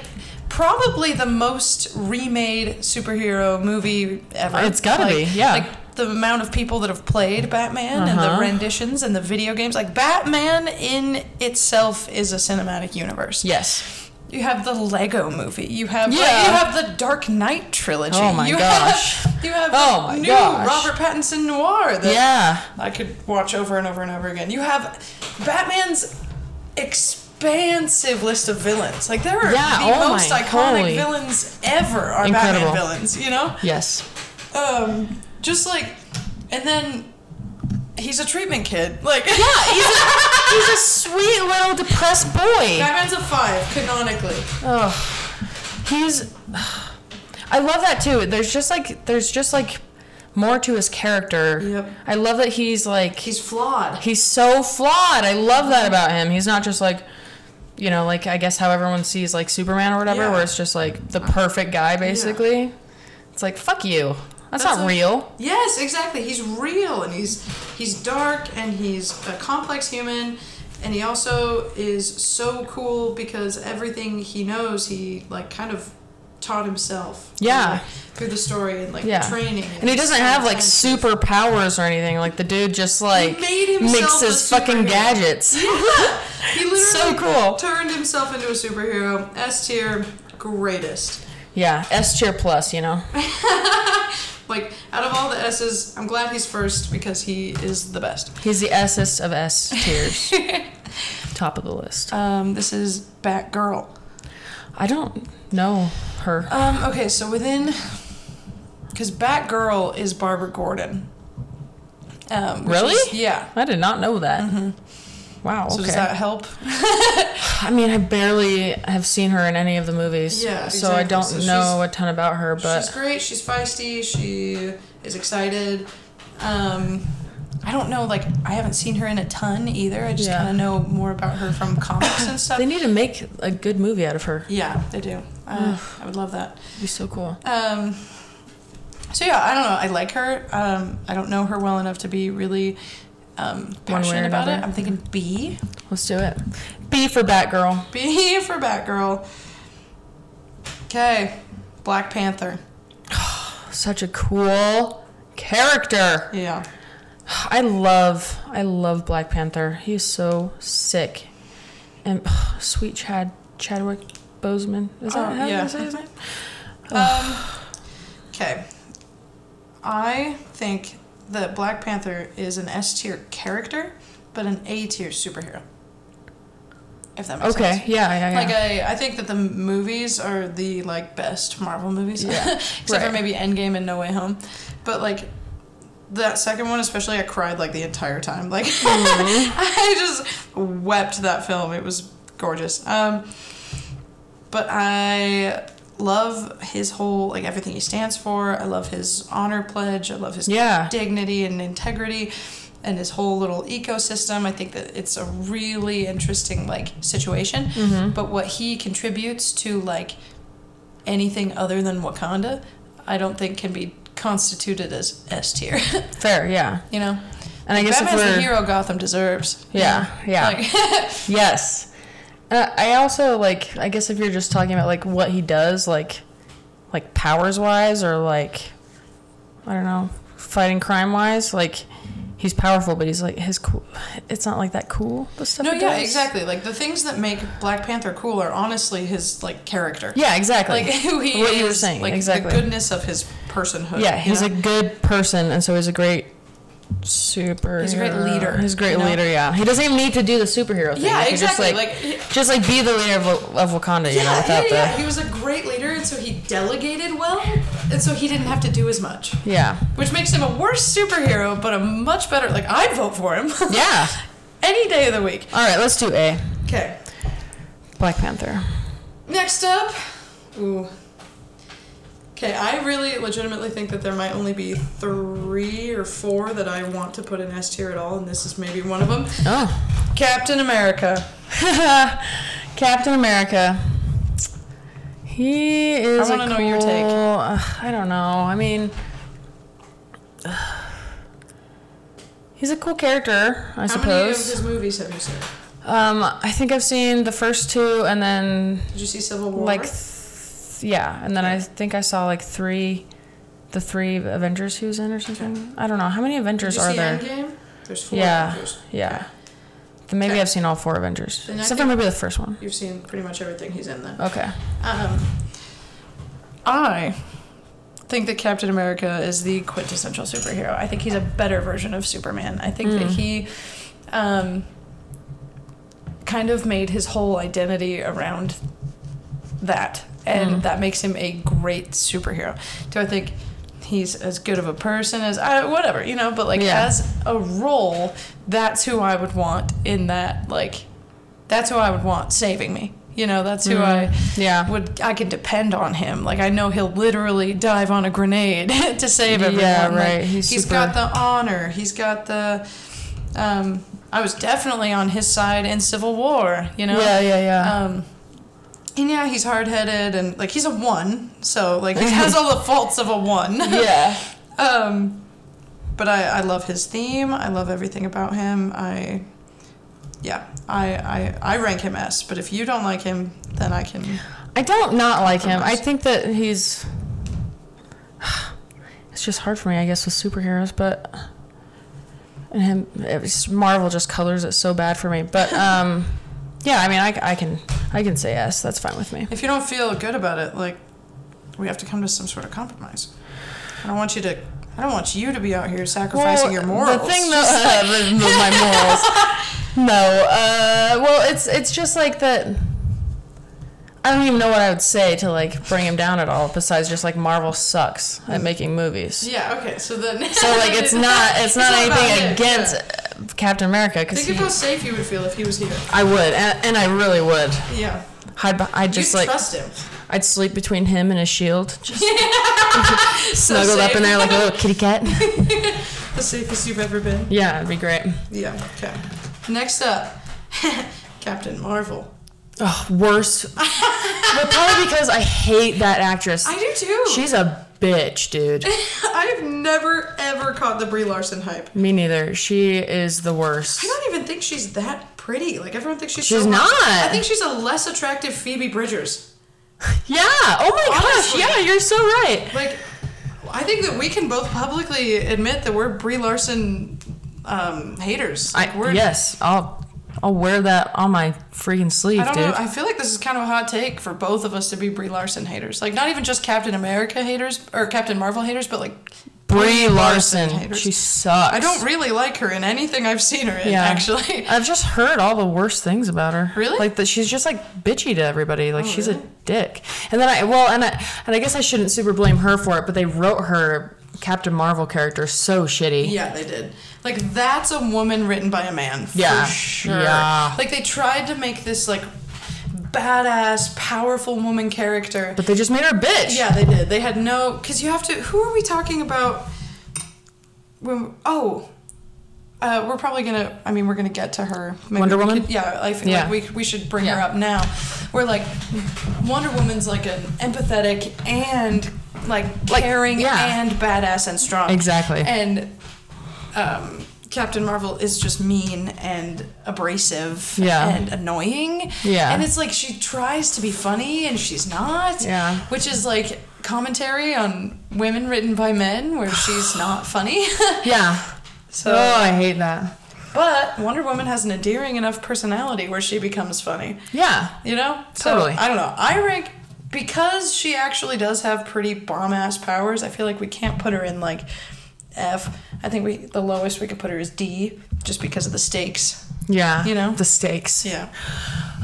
C: probably the most remade superhero movie ever.
D: It's gotta
C: Like-
D: be, yeah.
C: Like the amount of people that have played Batman and
D: Uh-huh.
C: the renditions and the video games. Like Batman in itself is a cinematic universe.
D: Yes.
C: You have the Lego movie. You have like,
D: Yeah.
C: you have the Dark Knight trilogy.
D: Oh my
C: you
D: gosh.
C: Have, you have
D: Oh
C: the
D: my
C: new
D: gosh.
C: Robert Pattinson noir that
D: Yeah.
C: I could watch over and over and over again. You have Batman's expansive list of villains. Like there are
D: Yeah,
C: the
D: oh
C: most
D: my-
C: iconic
D: holy.
C: villains ever are
D: Incredible.
C: Batman villains, you know?
D: Yes.
C: Um just like and then he's a treatment kid. Like [LAUGHS]
D: Yeah, he's a, he's a sweet little depressed [LAUGHS] boy.
C: Batman's a 5 canonically.
D: Ugh. He's. I love that too. There's just like there's just like more to his character.
C: Yep.
D: I love that he's like
C: He's flawed.
D: he's so flawed. I love that about him. He's not just like, you know, like I guess how everyone sees like Superman or whatever,
C: Yeah.
D: where it's just like the perfect guy basically. It's like fuck you. That's,
C: That's
D: not
C: a-
D: real.
C: Yes, exactly. He's real and he's he's dark and he's a complex human and he also is so cool because everything he knows he like kind of taught himself. through,
D: Yeah.
C: like, Through the story and like
D: Yeah.
C: the training.
D: And he doesn't have like
C: his-
D: superpowers or anything. Like the dude just like
C: made himself
D: mixes
C: a
D: fucking
C: superhero.
D: gadgets.
C: He literally
D: So cool.
C: turned himself into a superhero. S tier greatest.
D: Yeah, S tier plus, you know.
C: Like out of all the S's, I'm glad he's first because he is the best.
D: He's the Sest of S
C: [LAUGHS]
D: tiers. Top of the list.
C: Um, this is Batgirl.
D: I don't know her.
C: Um, okay, so within, because Batgirl is Barbara Gordon. Um, which
D: Really?
C: is- yeah.
D: I did not know that. Wow.
C: Mm-hmm. So
D: Okay.
C: does that help?
D: I mean, I barely have seen her in any of the movies.
C: Yeah,
D: So I
C: exactly.
D: don't
C: So
D: know a ton about her,
C: she's
D: but
C: great. She's feisty. She is excited. Um, I don't know. Like I haven't seen her in a ton either. I just
D: Yeah.
C: kind of know more about her from [COUGHS] comics and stuff.
D: they need to make a good movie out of her.
C: yeah, they do. Uh, I would love that.
D: It'd be so cool.
C: Um, so yeah, I don't know. I like her. Um, I don't know her well enough to be really um,
D: One way or
C: passionate about it.
D: another.
C: I'm thinking B.
D: Let's do it. B for Batgirl.
C: B for Batgirl. Okay, Black Panther.
D: Such a cool character.
C: Yeah.
D: I love, I love Black Panther. He's so sick. And sweet Chad Chadwick Boseman. Is that
C: Oh,
D: how
C: yeah.
D: you say his
C: [LAUGHS]
D: name?
C: Um, okay. I think that Black Panther is an S tier character, but an A tier superhero. If that makes sense.
D: Okay. Yeah. Yeah. yeah.
C: Like I, I think that the movies are the like best Marvel movies,
D: Yeah,
C: [LAUGHS] except for
D: right.
C: maybe Endgame and No Way Home. But like that second one, especially, I cried like the entire time. Like [LAUGHS]
D: Mm-hmm.
C: I just wept that film. It was gorgeous. Um, but I love his whole like everything he stands for. I love his honor pledge. I love his
D: Yeah.
C: dignity and integrity and his whole little ecosystem. I think that it's a really interesting like situation.
D: Mm-hmm.
C: But what he contributes to like anything other than Wakanda, I don't think can be constituted as S tier. [LAUGHS]
D: Fair. Yeah.
C: you know?
D: And I guess if
C: Batman's
D: we're
C: the hero Gotham deserves. you
D: Yeah,
C: know?
D: yeah.
C: Like, [LAUGHS]
D: Yes. Uh, I also like. I guess if you're just talking about like what he does, like, like powers wise, or like, I don't know, fighting crime wise, like, he's powerful, but he's like his cool. It's not like that cool. The stuff.
C: no,
D: he
C: yeah,
D: does.
C: exactly. Like the things that make Black Panther cool are honestly his like character.
D: Yeah, exactly.
C: [LAUGHS] Like who he
D: what
C: is,
D: you were saying,
C: like
D: exactly.
C: the goodness of his personhood.
D: yeah,
C: you
D: he's
C: know?
D: a good person, and so he's a great super.
C: He's a great leader,
D: He's a great
C: you know?
D: leader. Yeah, he doesn't even need to do the superhero thing.
C: Yeah,
D: He could
C: exactly,
D: Just like,
C: like-
D: just like be the leader of, Wa- of Wakanda, you know,
C: yeah,
D: without
C: yeah, yeah.
D: the
C: He was a great leader, and so he delegated well, and so he didn't have to do as much,
D: yeah.
C: which makes him a worse superhero, but a much better. Like I'd vote for him. [LAUGHS]
D: Yeah.
C: any day of the week.
D: All right, let's do A.
C: Okay.
D: Black Panther.
C: Next up, ooh. Okay, I really legitimately think that there might only be three or four that I want to put in S tier at all, and this is maybe one of them.
D: Oh.
C: Captain America.
D: [LAUGHS] Captain America. He is.
C: I wanna
D: a
C: know your take.
D: cool- Ugh, I don't know. I mean, He's a cool character, I
C: How many of
D: suppose.
C: his movies have you seen?
D: Um, I think I've seen the first two, and then
C: Did you see Civil War?
D: like, th- yeah, and then I think I saw like three, the three Avengers he was in or something. I don't know how many
C: Did
D: Avengers
C: you
D: are
C: see
D: there.
C: Endgame? There's four
D: Yeah.
C: Avengers.
D: Yeah, then maybe I've seen all four Avengers,
C: Then I
D: except for
C: think-
D: maybe the first one.
C: You've seen pretty much everything he's in then.
D: Okay.
C: Um, I think that Captain America is the quintessential superhero. I think he's a better version of Superman. I think that he um, kind of made his whole identity around that, and that makes him a great superhero. Do I think he's as good of a person as I, whatever you know? But like
D: Yeah.
C: as a role, that's who I would want in that like. That's who I would want saving me. You know, that's
D: Hmm.
C: who I
D: Mm. Yeah.
C: would I could depend on him. Like I know he'll literally dive on a grenade [LAUGHS] to save everyone.
D: Yeah,
C: Like,
D: right. He's
C: he's
D: super-
C: got the honor. He's got the. Um, I was definitely on his side in Civil War. You know.
D: Yeah, yeah, yeah.
C: Um, and yeah, he's hard headed and like he's a one, so
D: [LAUGHS]
C: like he has all the faults of a one. [LAUGHS]
D: yeah.
C: Um, but I, I love his theme. I love everything about him. I, yeah, I, I, I rank him S. But if you don't like him, then I can.
D: I don't not like him. I think that he's. [SIGHS] It's just hard for me, I guess, with superheroes, but. And him, it's, Marvel just colors it so bad for me. But um, [LAUGHS] yeah, I mean, I, I can I can say yes. That's fine with me.
C: If you don't feel good about it, like, we have to come to some sort of compromise. I don't want you to. I don't want you to be out here sacrificing your morals.
D: The
C: [LAUGHS]
D: thing that uh, with my morals. [LAUGHS] No, uh, well, it's it's just like that. I don't even know what I would say to like bring him down at all. Besides, just like Marvel sucks at making movies.
C: Mm. yeah. Okay. So then. [LAUGHS]
D: So like it's not it's not
C: not about
D: anything
C: him,
D: against uh, Captain America because
C: Think of how safe you would feel if he was here.
D: I would and, and I really would
C: Yeah.
D: hide beh- I'd just
C: you
D: like
C: trust him.
D: I'd sleep between him and his
C: [LAUGHS]
D: shield just snuggled up in
C: safe.
D: there like a little kitty cat
C: [LAUGHS] The safest you've ever been.
D: yeah it'd be great
C: Yeah. Okay. Next up, [LAUGHS] Captain Marvel.
D: oh
C: [LAUGHS]
D: worse but probably because I hate that actress
C: I do too.
D: she's a bitch dude
C: [LAUGHS] I've never ever caught the Brie Larson hype.
D: me neither she is the worst
C: I don't even think she's that pretty. Like everyone thinks she's.
D: She's
C: so hot.
D: not.
C: I think she's a less attractive Phoebe Bridgers.
D: yeah oh my
C: Honestly.
D: gosh yeah you're so right
C: Like, I think that we can both publicly admit that we're Brie Larson um, haters. Like,
D: I,
C: we're,
D: yes I'll I'll wear that on my freaking sleeve
C: I don't
D: dude
C: know. I feel like this is kind of a hot take for both of us to be Brie Larson haters. Like, not even just Captain America haters or Captain Marvel haters, but like
D: Brie Larson.
C: haters.
D: She sucks.
C: I don't really like her in anything I've seen her in,
D: [LAUGHS]
C: actually. [LAUGHS]
D: I've just heard all the worst things about her.
C: Really? Oh,
D: Like that she's just like bitchy to everybody. Like she's
C: really?
D: a dick. And then I well and I and I guess I shouldn't super blame her for it, but they wrote her Captain Marvel character so shitty.
C: Yeah, they did. Like that's a woman written by a man. For
D: Yeah.
C: sure.
D: Yeah.
C: Like they tried to make this like badass, powerful woman character.
D: But they just made her a bitch.
C: yeah, they did. They had no because you have to. Who are we talking about? When oh. Uh, we're probably gonna. I mean, we're gonna get to her. Maybe
D: Wonder
C: we
D: Woman?
C: could- yeah, I think
D: Yeah.
C: Like, we we should bring her
D: Yeah.
C: up now. We're like, Wonder Woman's like an empathetic and like,
D: Like,
C: caring
D: yeah.
C: and badass and strong.
D: Exactly.
C: And um, Captain Marvel is just mean and abrasive
D: Yeah.
C: and annoying.
D: Yeah.
C: And it's like she tries to be funny and she's not.
D: Yeah.
C: Which is like commentary on women written by
D: [SIGHS]
C: men where she's not funny. [LAUGHS]
D: Yeah.
C: so
D: oh, I hate that.
C: but Wonder Woman has an endearing enough personality where she becomes funny.
D: Yeah.
C: You know?
D: Totally.
C: So I don't know. I rank because she actually does have pretty bomb ass powers, I feel like we can't put her in like F. I think we the lowest we could put her is D just because of the stakes.
D: Yeah.
C: You know?
D: the stakes.
C: Yeah.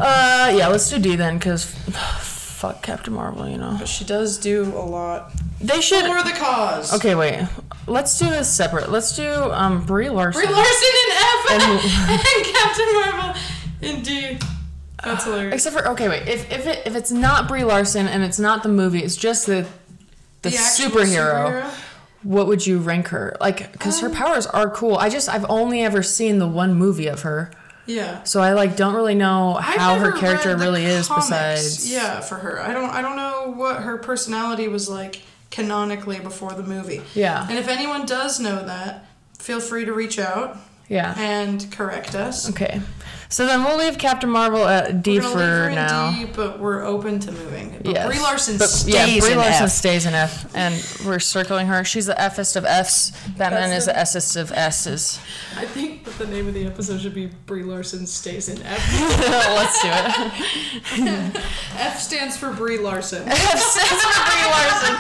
D: Uh, yeah. Let's do D then, cause [SIGHS] fuck Captain Marvel. You know.
C: But she does do a lot.
D: They should.
C: For the cause.
D: Okay, wait. Let's do this separate. Let's do um Brie Larson.
C: Brie Larson in F [LAUGHS] and,
D: And-
C: Captain Marvel in D. That's hilarious.
D: Except for okay, wait. If if it if it's not Brie Larson and it's not the movie, it's just the the,
C: actual
D: superhero, Um. What would you rank her? Like, because her powers are cool. I just I've only ever seen the one movie of her,
C: Yeah.
D: so I like don't really know
C: I've
D: how her
C: never
D: character
C: read the
D: really is.
C: comics,
D: Besides,
C: yeah, for her, I don't, I don't know what her personality was like canonically before the movie.
D: Yeah.
C: and if anyone does know that, feel free to reach out.
D: Yeah.
C: and correct us.
D: Okay. So then we'll leave Captain Marvel at D
C: We're
D: for
C: gonna leave her in
D: now.
C: D, but we're open to moving. But
D: Yes.
C: Brie Larson
D: But-
C: stays
D: yeah, Brie
C: in
D: Larson
C: F.
D: stays in F, and we're circling her. She's the F'est of F's. Batman is the S'est of S's. [LAUGHS]
C: I think that the name of the episode should be Brie Larson stays in F.
D: Let's do it.
C: [LAUGHS] F stands for Brie Larson.
D: F stands for Brie Larson.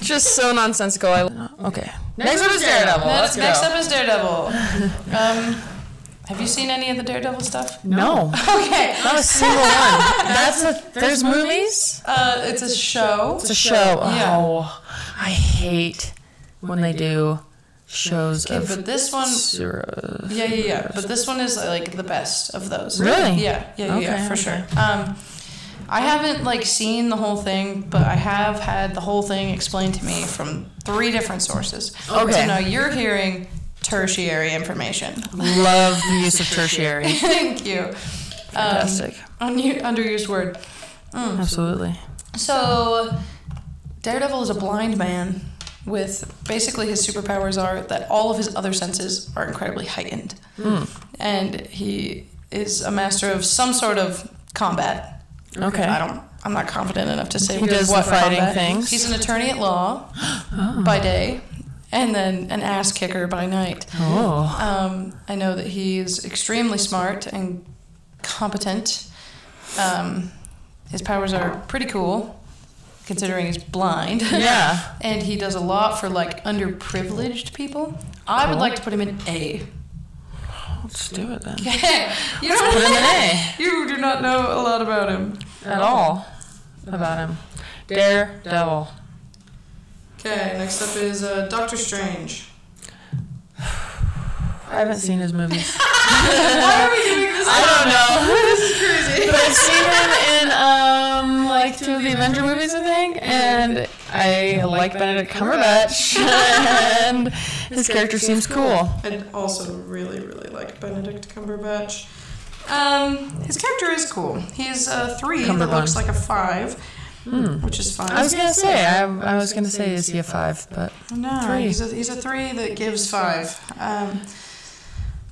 C: [LAUGHS]
D: Just so nonsensical. I, okay. Next, up is Daredevil. Let's
C: Next,
D: go.
C: next up is Daredevil. Um, have you seen any of the Daredevil stuff?
D: no,
C: [LAUGHS] Okay.
D: not a
C: [LAUGHS]
D: single one. That's a. There's movies.
C: Uh, it's, a, show.
D: It's a show.
C: Yeah.
D: Oh, I hate when they do shows
C: Okay,
D: of
C: but this one,
D: zeros.
C: yeah, yeah, yeah. But this one is like the best of those.
D: Really?
C: Yeah, yeah, yeah,
D: Okay,
C: yeah for
D: okay.
C: sure. Um, I haven't like seen the whole thing, but I have had the whole thing explained to me from three different sources.
D: Okay.
C: So now you're hearing tertiary information. [LAUGHS]
D: Love the use of tertiary.
C: Thank you.
D: Fantastic.
C: Um, unU- underused word.
D: Absolutely.
C: So, Daredevil is a blind man with basically his superpowers are that all of his other senses are incredibly heightened.
D: Hmm.
C: And he is a master of some sort of combat.
D: Okay.
C: I don't I'm not confident enough to say
D: He does
C: what
D: the fighting
C: combat.
D: things. Oh.
C: He's an attorney
D: [GASPS]
C: at law by day and then an ass kicker by night.
D: Oh.
C: Um, I know that he's extremely smart and competent. Um, his powers are pretty cool, considering he's blind. [LAUGHS]
D: Yeah.
C: and he does a lot for like underprivileged people. I would like to put him in A. [LAUGHS]
D: Let's do it then.
C: you, don't,
D: Put him in A
C: [LAUGHS] you do not know a lot about him.
D: at all about him. Daredevil.
C: Okay, next up is uh, Doctor Strange.
D: I haven't seen his [LAUGHS] movies.
C: Why are we doing this?
D: [LAUGHS] I don't know. This is crazy. But I've seen him in um like two of the Avenger movies, I think, and I like Benedict Cumberbatch, [LAUGHS] and his character seems cool.
C: I also really, really like Benedict Cumberbatch. Um, his character is cool. He's a three that
D: Cumberbund.
C: looks like a five, which is fine.
D: I was gonna say I, I was gonna say is he a five, but
C: no,
D: three.
C: he's a he's a three that gives five. Um,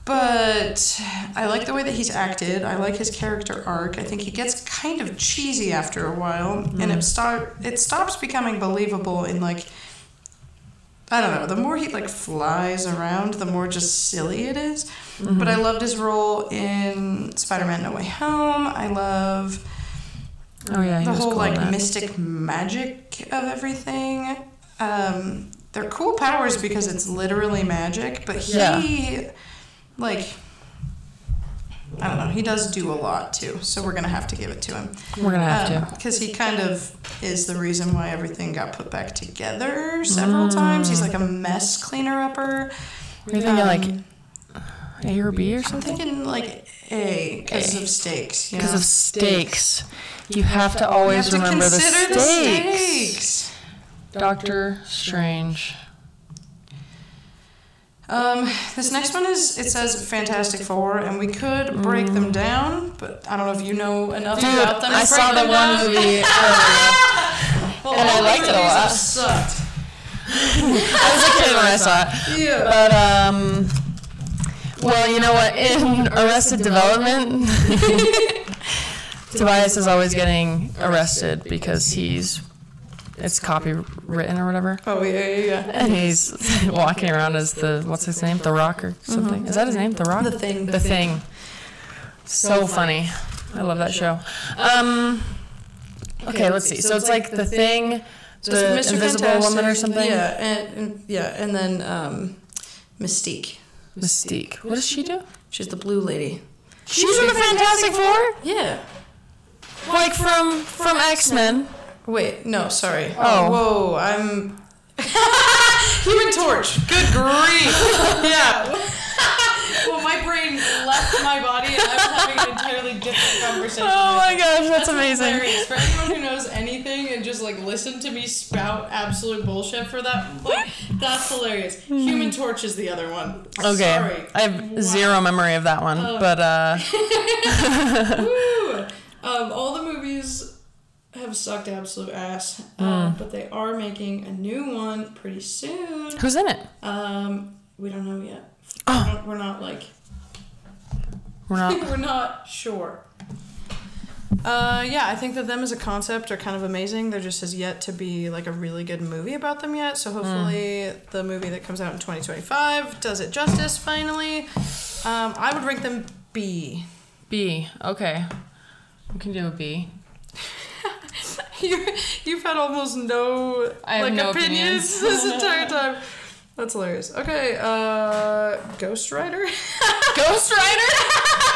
C: but I like the way that he's acted. I like his character arc. I think he gets kind of cheesy after a while, and it start it stops becoming believable in like. I don't know. The more he like flies around, the more just silly it is. But I loved his role in Spider-Man: No Way Home. I love
D: oh yeah, he
C: the
D: was
C: whole
D: cool in
C: like
D: that.
C: mystic magic of everything. Um, they're cool powers because it's literally magic, but he like I don't know, he does do a lot too, so we're gonna have to give it to him.
D: We're gonna have to.
C: Because he kind of is the reason why everything got put back together
D: Mm.
C: several times. He's like a mess cleaner upper.
D: Are you thinking like
C: Um,
D: A or B or
C: I'm
D: something?
C: thinking like A because of stakes. You know?
D: Because of stakes. You have to always remember the stakes. Doctor Strange.
C: Um, this next one is it says Fantastic Four, and we could break them down, but I don't know if you know enough about them.
D: Mm. I saw the one [LAUGHS] movie. and I liked it a lot.
C: Sucked.
D: I was a kid when I saw it.
C: Yeah.
D: But um, well, you know what? In Arrested Development, [LAUGHS] Tobias is always getting arrested because he's it's copywritten or whatever.
C: Oh yeah, yeah, yeah.
D: And he's [LAUGHS] walking around as the what's his name, The Rock or something. Is that his name, The Rock? The Thing. The Thing. So funny. I love that show. Um, okay, let's see. So it's like The Thing, the
C: Mr.
D: Invisible
C: Fantastic,
D: Woman or something.
C: Yeah, and, and yeah, and then um, Mystique.
D: Mystique. What does she do?
C: She's the blue lady.
D: She's in the Fantastic Four,
C: Yeah.
D: like from from X Men.
C: Wait, no, sorry.
D: Oh.
C: whoa, I'm. [LAUGHS] Human Torch.
A: [LAUGHS]
C: Good grief. [LAUGHS]
D: Yeah.
A: Well, my brain left my body and I was having an entirely different conversation.
D: Oh my gosh, that's amazing.
A: Hilarious. For anyone who knows anything and just like listen to me spout absolute bullshit for that, like that's hilarious.
C: Hmm.
A: Human Torch is the other one.
D: Okay,
A: Sorry.
D: I have zero memory of that one, but uh,
A: Woo! Um, all the movies have sucked absolute ass,
C: Hmm.
A: uh, but they are making a new one pretty soon.
D: who's in it?
A: Um,
C: We don't know yet. We're, not, we're not like
D: We're not.
C: [LAUGHS] we're not sure. Uh, yeah, I think that them as a concept are kind of amazing. There just has yet to be like a really good movie about them yet. So hopefully the movie that comes out in 2025 does it justice finally. Um, I would rank them B.
D: B. Okay. We can do a B.
C: [LAUGHS] you you've had almost no
D: I have
C: like
D: no
C: opinions, this
D: [LAUGHS]
C: entire time. That's hilarious. Okay, uh, Ghost Rider.
D: [LAUGHS] Ghost [LAUGHS] Rider.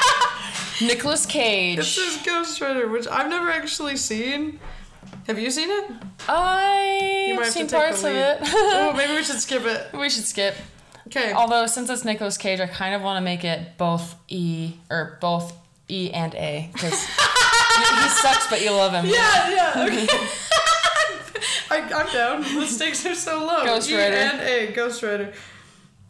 D: Nicholas
C: This
D: Cage.
C: is Ghost Rider, which I've never actually seen. Have you seen it?
D: I
C: You
D: have
C: might have
D: seen
C: to take
D: parts
C: the
D: of
C: lead.
D: it.
C: Oh,
D: [LAUGHS]
C: maybe we should skip it.
D: we should skip.
C: Okay.
D: Although since it's Nicolas Cage, I kind of want to make it both E or both E and A
B: [LAUGHS]
D: because he sucks, but you love him.
C: Yeah, [LAUGHS] yeah. Okay. I,
D: [LAUGHS]
C: I'm down. The stakes are so low.
D: Ghost
C: E
D: Rider.
C: and A
D: [LAUGHS]
C: Ghost Rider.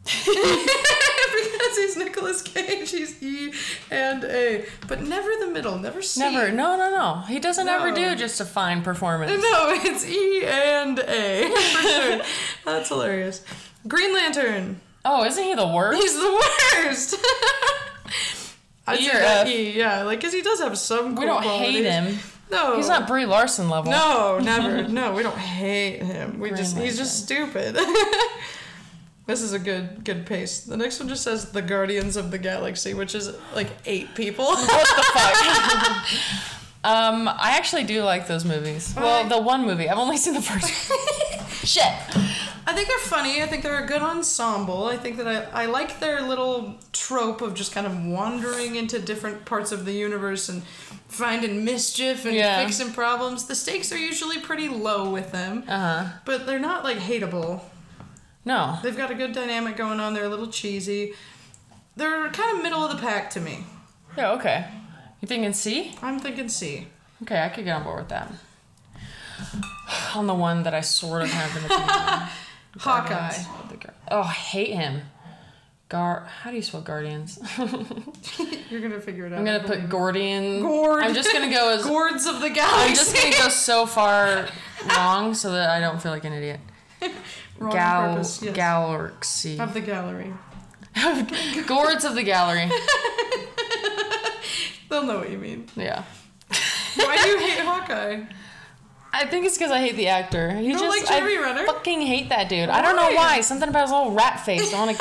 C: because he's Nicolas Cage, he's E and A, but never the middle, never C.
D: Never. No, no, no. He doesn't ever
C: No.
D: do just a fine performance.
C: [LAUGHS] No, it's E and A [LAUGHS] for sure. That's hilarious. Green Lantern.
D: Oh, isn't he the worst?
C: He's the worst. [LAUGHS] I
D: E
C: e
D: or F?
C: E, yeah, like because he does have some.
D: We
C: cool
D: don't hate
C: qualities.
D: him.
C: No,
D: He's not Brie Larson level.
C: No,
D: [LAUGHS]
C: never. No, we don't hate him. We
D: Green
C: just he's just stupid. [LAUGHS] this is a good good pace. The next one just says the Guardians of the Galaxy, which is like eight people. [LAUGHS]
D: What the fuck? um, I actually do like those movies. Well,
C: I-
D: the one movie. I've only seen the
C: [LAUGHS]
D: first. Shit.
C: I think they're funny. I think they're a good ensemble. I think that I, I like their little trope of just kind of wandering into different parts of the universe and finding mischief and
D: Yeah.
C: fixing problems. The stakes are usually pretty low with them,
D: Uh huh.
C: but they're not like hateable.
D: No.
C: They've got a good dynamic going on. They're a little cheesy. They're kind of middle of the pack to me.
D: Yeah. Okay. You thinking C?
C: I'm thinking C.
D: Okay, I could get on board with that. on the one that I sort of have an
C: [LAUGHS]
D: opinion. on.
C: Hawkeye.
D: The Guar- Oh, I hate him. Gar. How do you spell Guardians? [LAUGHS]
C: You're gonna figure it out.
D: I'm gonna put Gordian.
C: Gord.
D: I'm just gonna go as.
C: Gourds of the
D: I'm
C: Galaxy.
D: just
C: [LAUGHS]
D: gonna go so far wrong so that I don't feel like an idiot.
C: Wrong
D: Gal-
C: purpose, yes.
D: Galaxy.
C: of the gallery.
D: [LAUGHS] Gourds of the gallery.
C: They'll know what you mean.
D: Yeah.
C: Why do you
D: [LAUGHS]
C: hate Hawkeye? [LAUGHS]
D: I think it's because I hate the actor. He
C: don't
D: just
C: like Jeremy
D: I
C: Renner?
D: fucking hate that dude. I don't know
C: Why?
D: why. Something about his little rat face. I want to.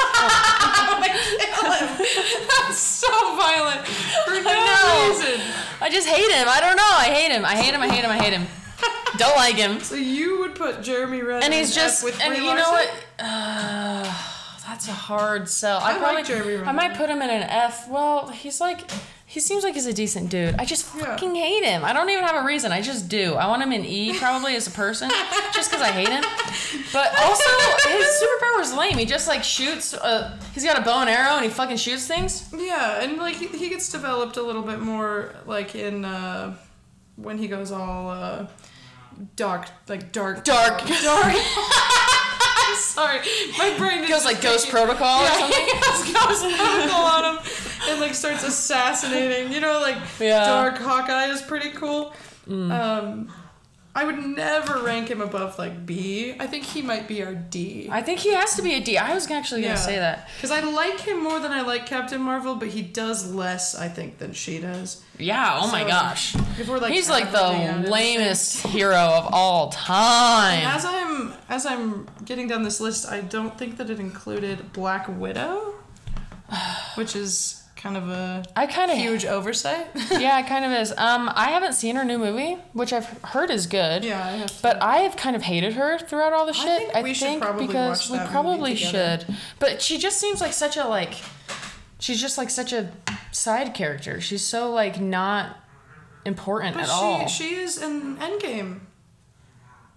C: That's so violent for no
D: know.
C: reason.
D: I just hate him. I don't know. I hate him. I hate him. I hate him. I hate him. Don't like him.
C: So you would put Jeremy Renner
D: And he's
C: in
D: just.
C: F with
D: and
C: Brie
D: you know
C: Larson?
D: what? Uh, that's a hard sell. I,
C: like
D: probably.
C: Jeremy Renner.
D: I might put him in an F. Well, he's like. He seems like he's a decent dude. I just
C: Yeah.
D: fucking hate him. I don't even have a reason. I just do. I want him in E probably as a
C: [LAUGHS]
D: person, just because I hate him. But also, his superpower is lame. He just like shoots. Uh, he's got a bow and arrow, and he fucking shoots things.
C: Yeah, and like he, he gets developed a little bit more, like in uh, when he goes all uh, dark, like dark,
D: Dark.
C: dark. I'm [LAUGHS] sorry, my brain is
D: He goes like Ghost Protocol or
C: Yeah,
D: something.
C: he goes Ghost Protocol on him, and like starts assassinating. You know, like
D: Yeah. Mm.
C: dark Hawkeye is pretty cool. Um, I would never rank him above like B. I think he might be our D.
D: I think he has to be a D. I was actually gonna
C: Yeah.
D: say that.
C: Because I like him more than I like Captain Marvel, but he does less, I think, than she does.
D: Yeah. Oh my
C: So,
D: gosh.
C: If we're like
D: He's like
C: averaging out
D: the
C: everything.
D: lamest hero of all time.
C: As I'm as I'm getting down this list, I don't think that it included Black Widow, which is kind of a
D: I kind of [LAUGHS]
C: huge oversight.
D: [LAUGHS] yeah, it kind of is. Um, I haven't seen her new movie, which I've heard is good.
C: yeah, I have.
D: But I have kind of hated her throughout all the shit.
C: think we should probably
D: because
C: watch
D: we
C: that movie
D: probably
C: together.
D: should. But she just seems like such a like. She's just like such a side character. She's so like not important
C: But
D: at
C: she
D: all.
C: she is in Endgame.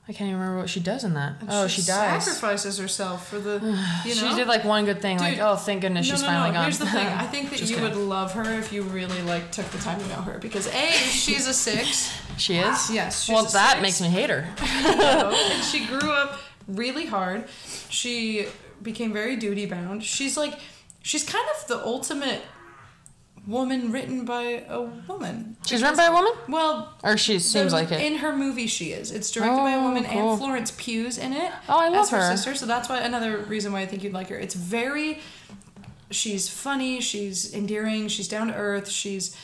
D: I can't even remember what she does in that. oh, she, dies.
C: Sacrifices herself for the. You
D: [SIGHS]
C: know?
D: She did like one good thing, like,
C: Dude.
D: oh, thank goodness she's finally gone.
C: Here's the thing. I think that you
D: Just kidding.
C: would love her if you really like took the time to know her because a she's a six.
D: [LAUGHS] She is?
C: Yes, she's
D: Well,
C: a
D: that
C: six.
D: makes me hate her.
C: [LAUGHS] and she grew up really hard. She became very duty bound. She's like, she's kind of the ultimate woman written by a woman.
D: She's run by a woman?
C: Well,
D: Or she seems
C: the-
D: like it.
C: In her movie, she is. It's directed by a
D: Oh,
C: woman,
D: cool.
C: and Florence Pugh's in it.
D: Oh, I love
C: as her,
D: her.
C: sister. So that's why another reason why I think you'd like her. It's very. She's funny. She's endearing. She's down to earth. She's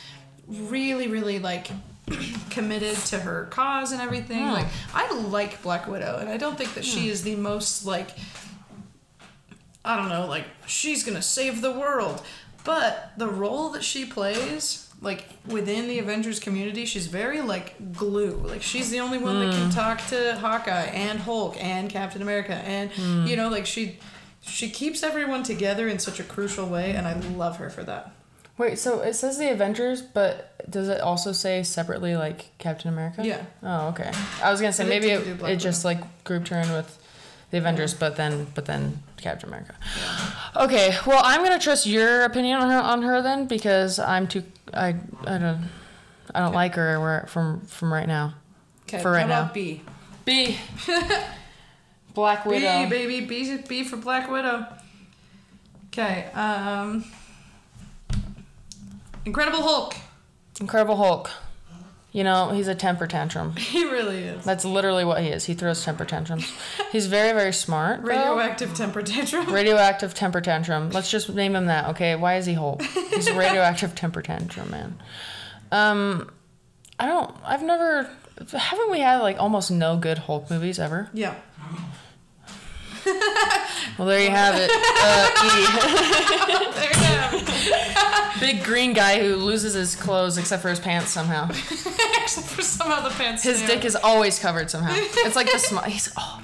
C: really, really like [CLEARS THROAT] committed to her cause and everything.
D: Hmm.
C: Like I like Black Widow, and I don't think that she is the most like. I don't know, like she's gonna save the world. But the role that she plays, like within the Avengers community, she's very like glue. Like she's the only one that
D: Hmm.
C: can talk to Hawkeye and Hulk and Captain America and
D: Hmm.
C: you know, like she she keeps everyone together in such a crucial way and I love her for that.
D: Wait, so it says the Avengers, but does it also say separately like Captain America?
C: Yeah.
D: Oh, okay. I was gonna say
C: I didn't
D: maybe
C: think they did
D: it,
C: Black
D: it just like grouped her in with the Avengers, but then but then Captain America. Okay, well I'm gonna trust your opinion on her on her then because I'm too I I don't I don't like her where- from from right now.
C: Okay,
D: For right
C: how about
D: now.
C: B.
D: B. [LAUGHS] Black
C: B
D: Widow.
C: baby, B B for Black Widow. Okay, um Incredible Hulk. [LAUGHS]
D: Incredible Hulk. You know he's a temper tantrum.
C: He really is.
D: That's literally what he is. He throws temper tantrums. He's very very smart. though.
C: Radioactive temper tantrum.
D: Radioactive temper tantrum. Let's just name him that, okay? Why is he Hulk? He's a radioactive temper tantrum, man. Um, I don't. I've never. Haven't we had like almost no good Hulk movies ever?
C: [LAUGHS] Yeah.
D: Well, there you have it. Uh,
C: There you
D: e.
C: go. [LAUGHS]
D: Big green guy who loses his clothes except for his pants somehow.
C: Except for some other pants.
D: His
C: too.
D: dick is always covered
C: [LAUGHS]
D: somehow. It's like the small. He's oh.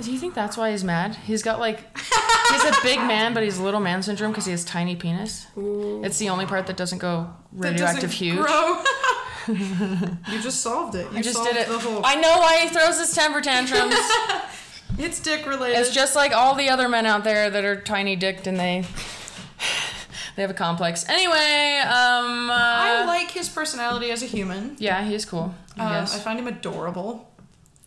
D: Do you think that's why he's mad? He's got like
C: [LAUGHS]
D: he's a big man, but he's little man syndrome because he has tiny penis. It's the only part that doesn't go
C: That doesn't
D: radioactive huge.
C: [LAUGHS] grow. you just solved it. You
D: I just
C: solved
D: did it.
C: The whole.
D: I know why he throws his temper
C: [LAUGHS]
D: tantrums.
C: it's dick related.
D: it's just like all the other men out there that are tiny dicked and they [SIGHS] they have a complex. Anyway, um, uh,
C: I like his personality as a human.
D: yeah, he's cool. I
C: Um,
D: guess.
C: I find him adorable.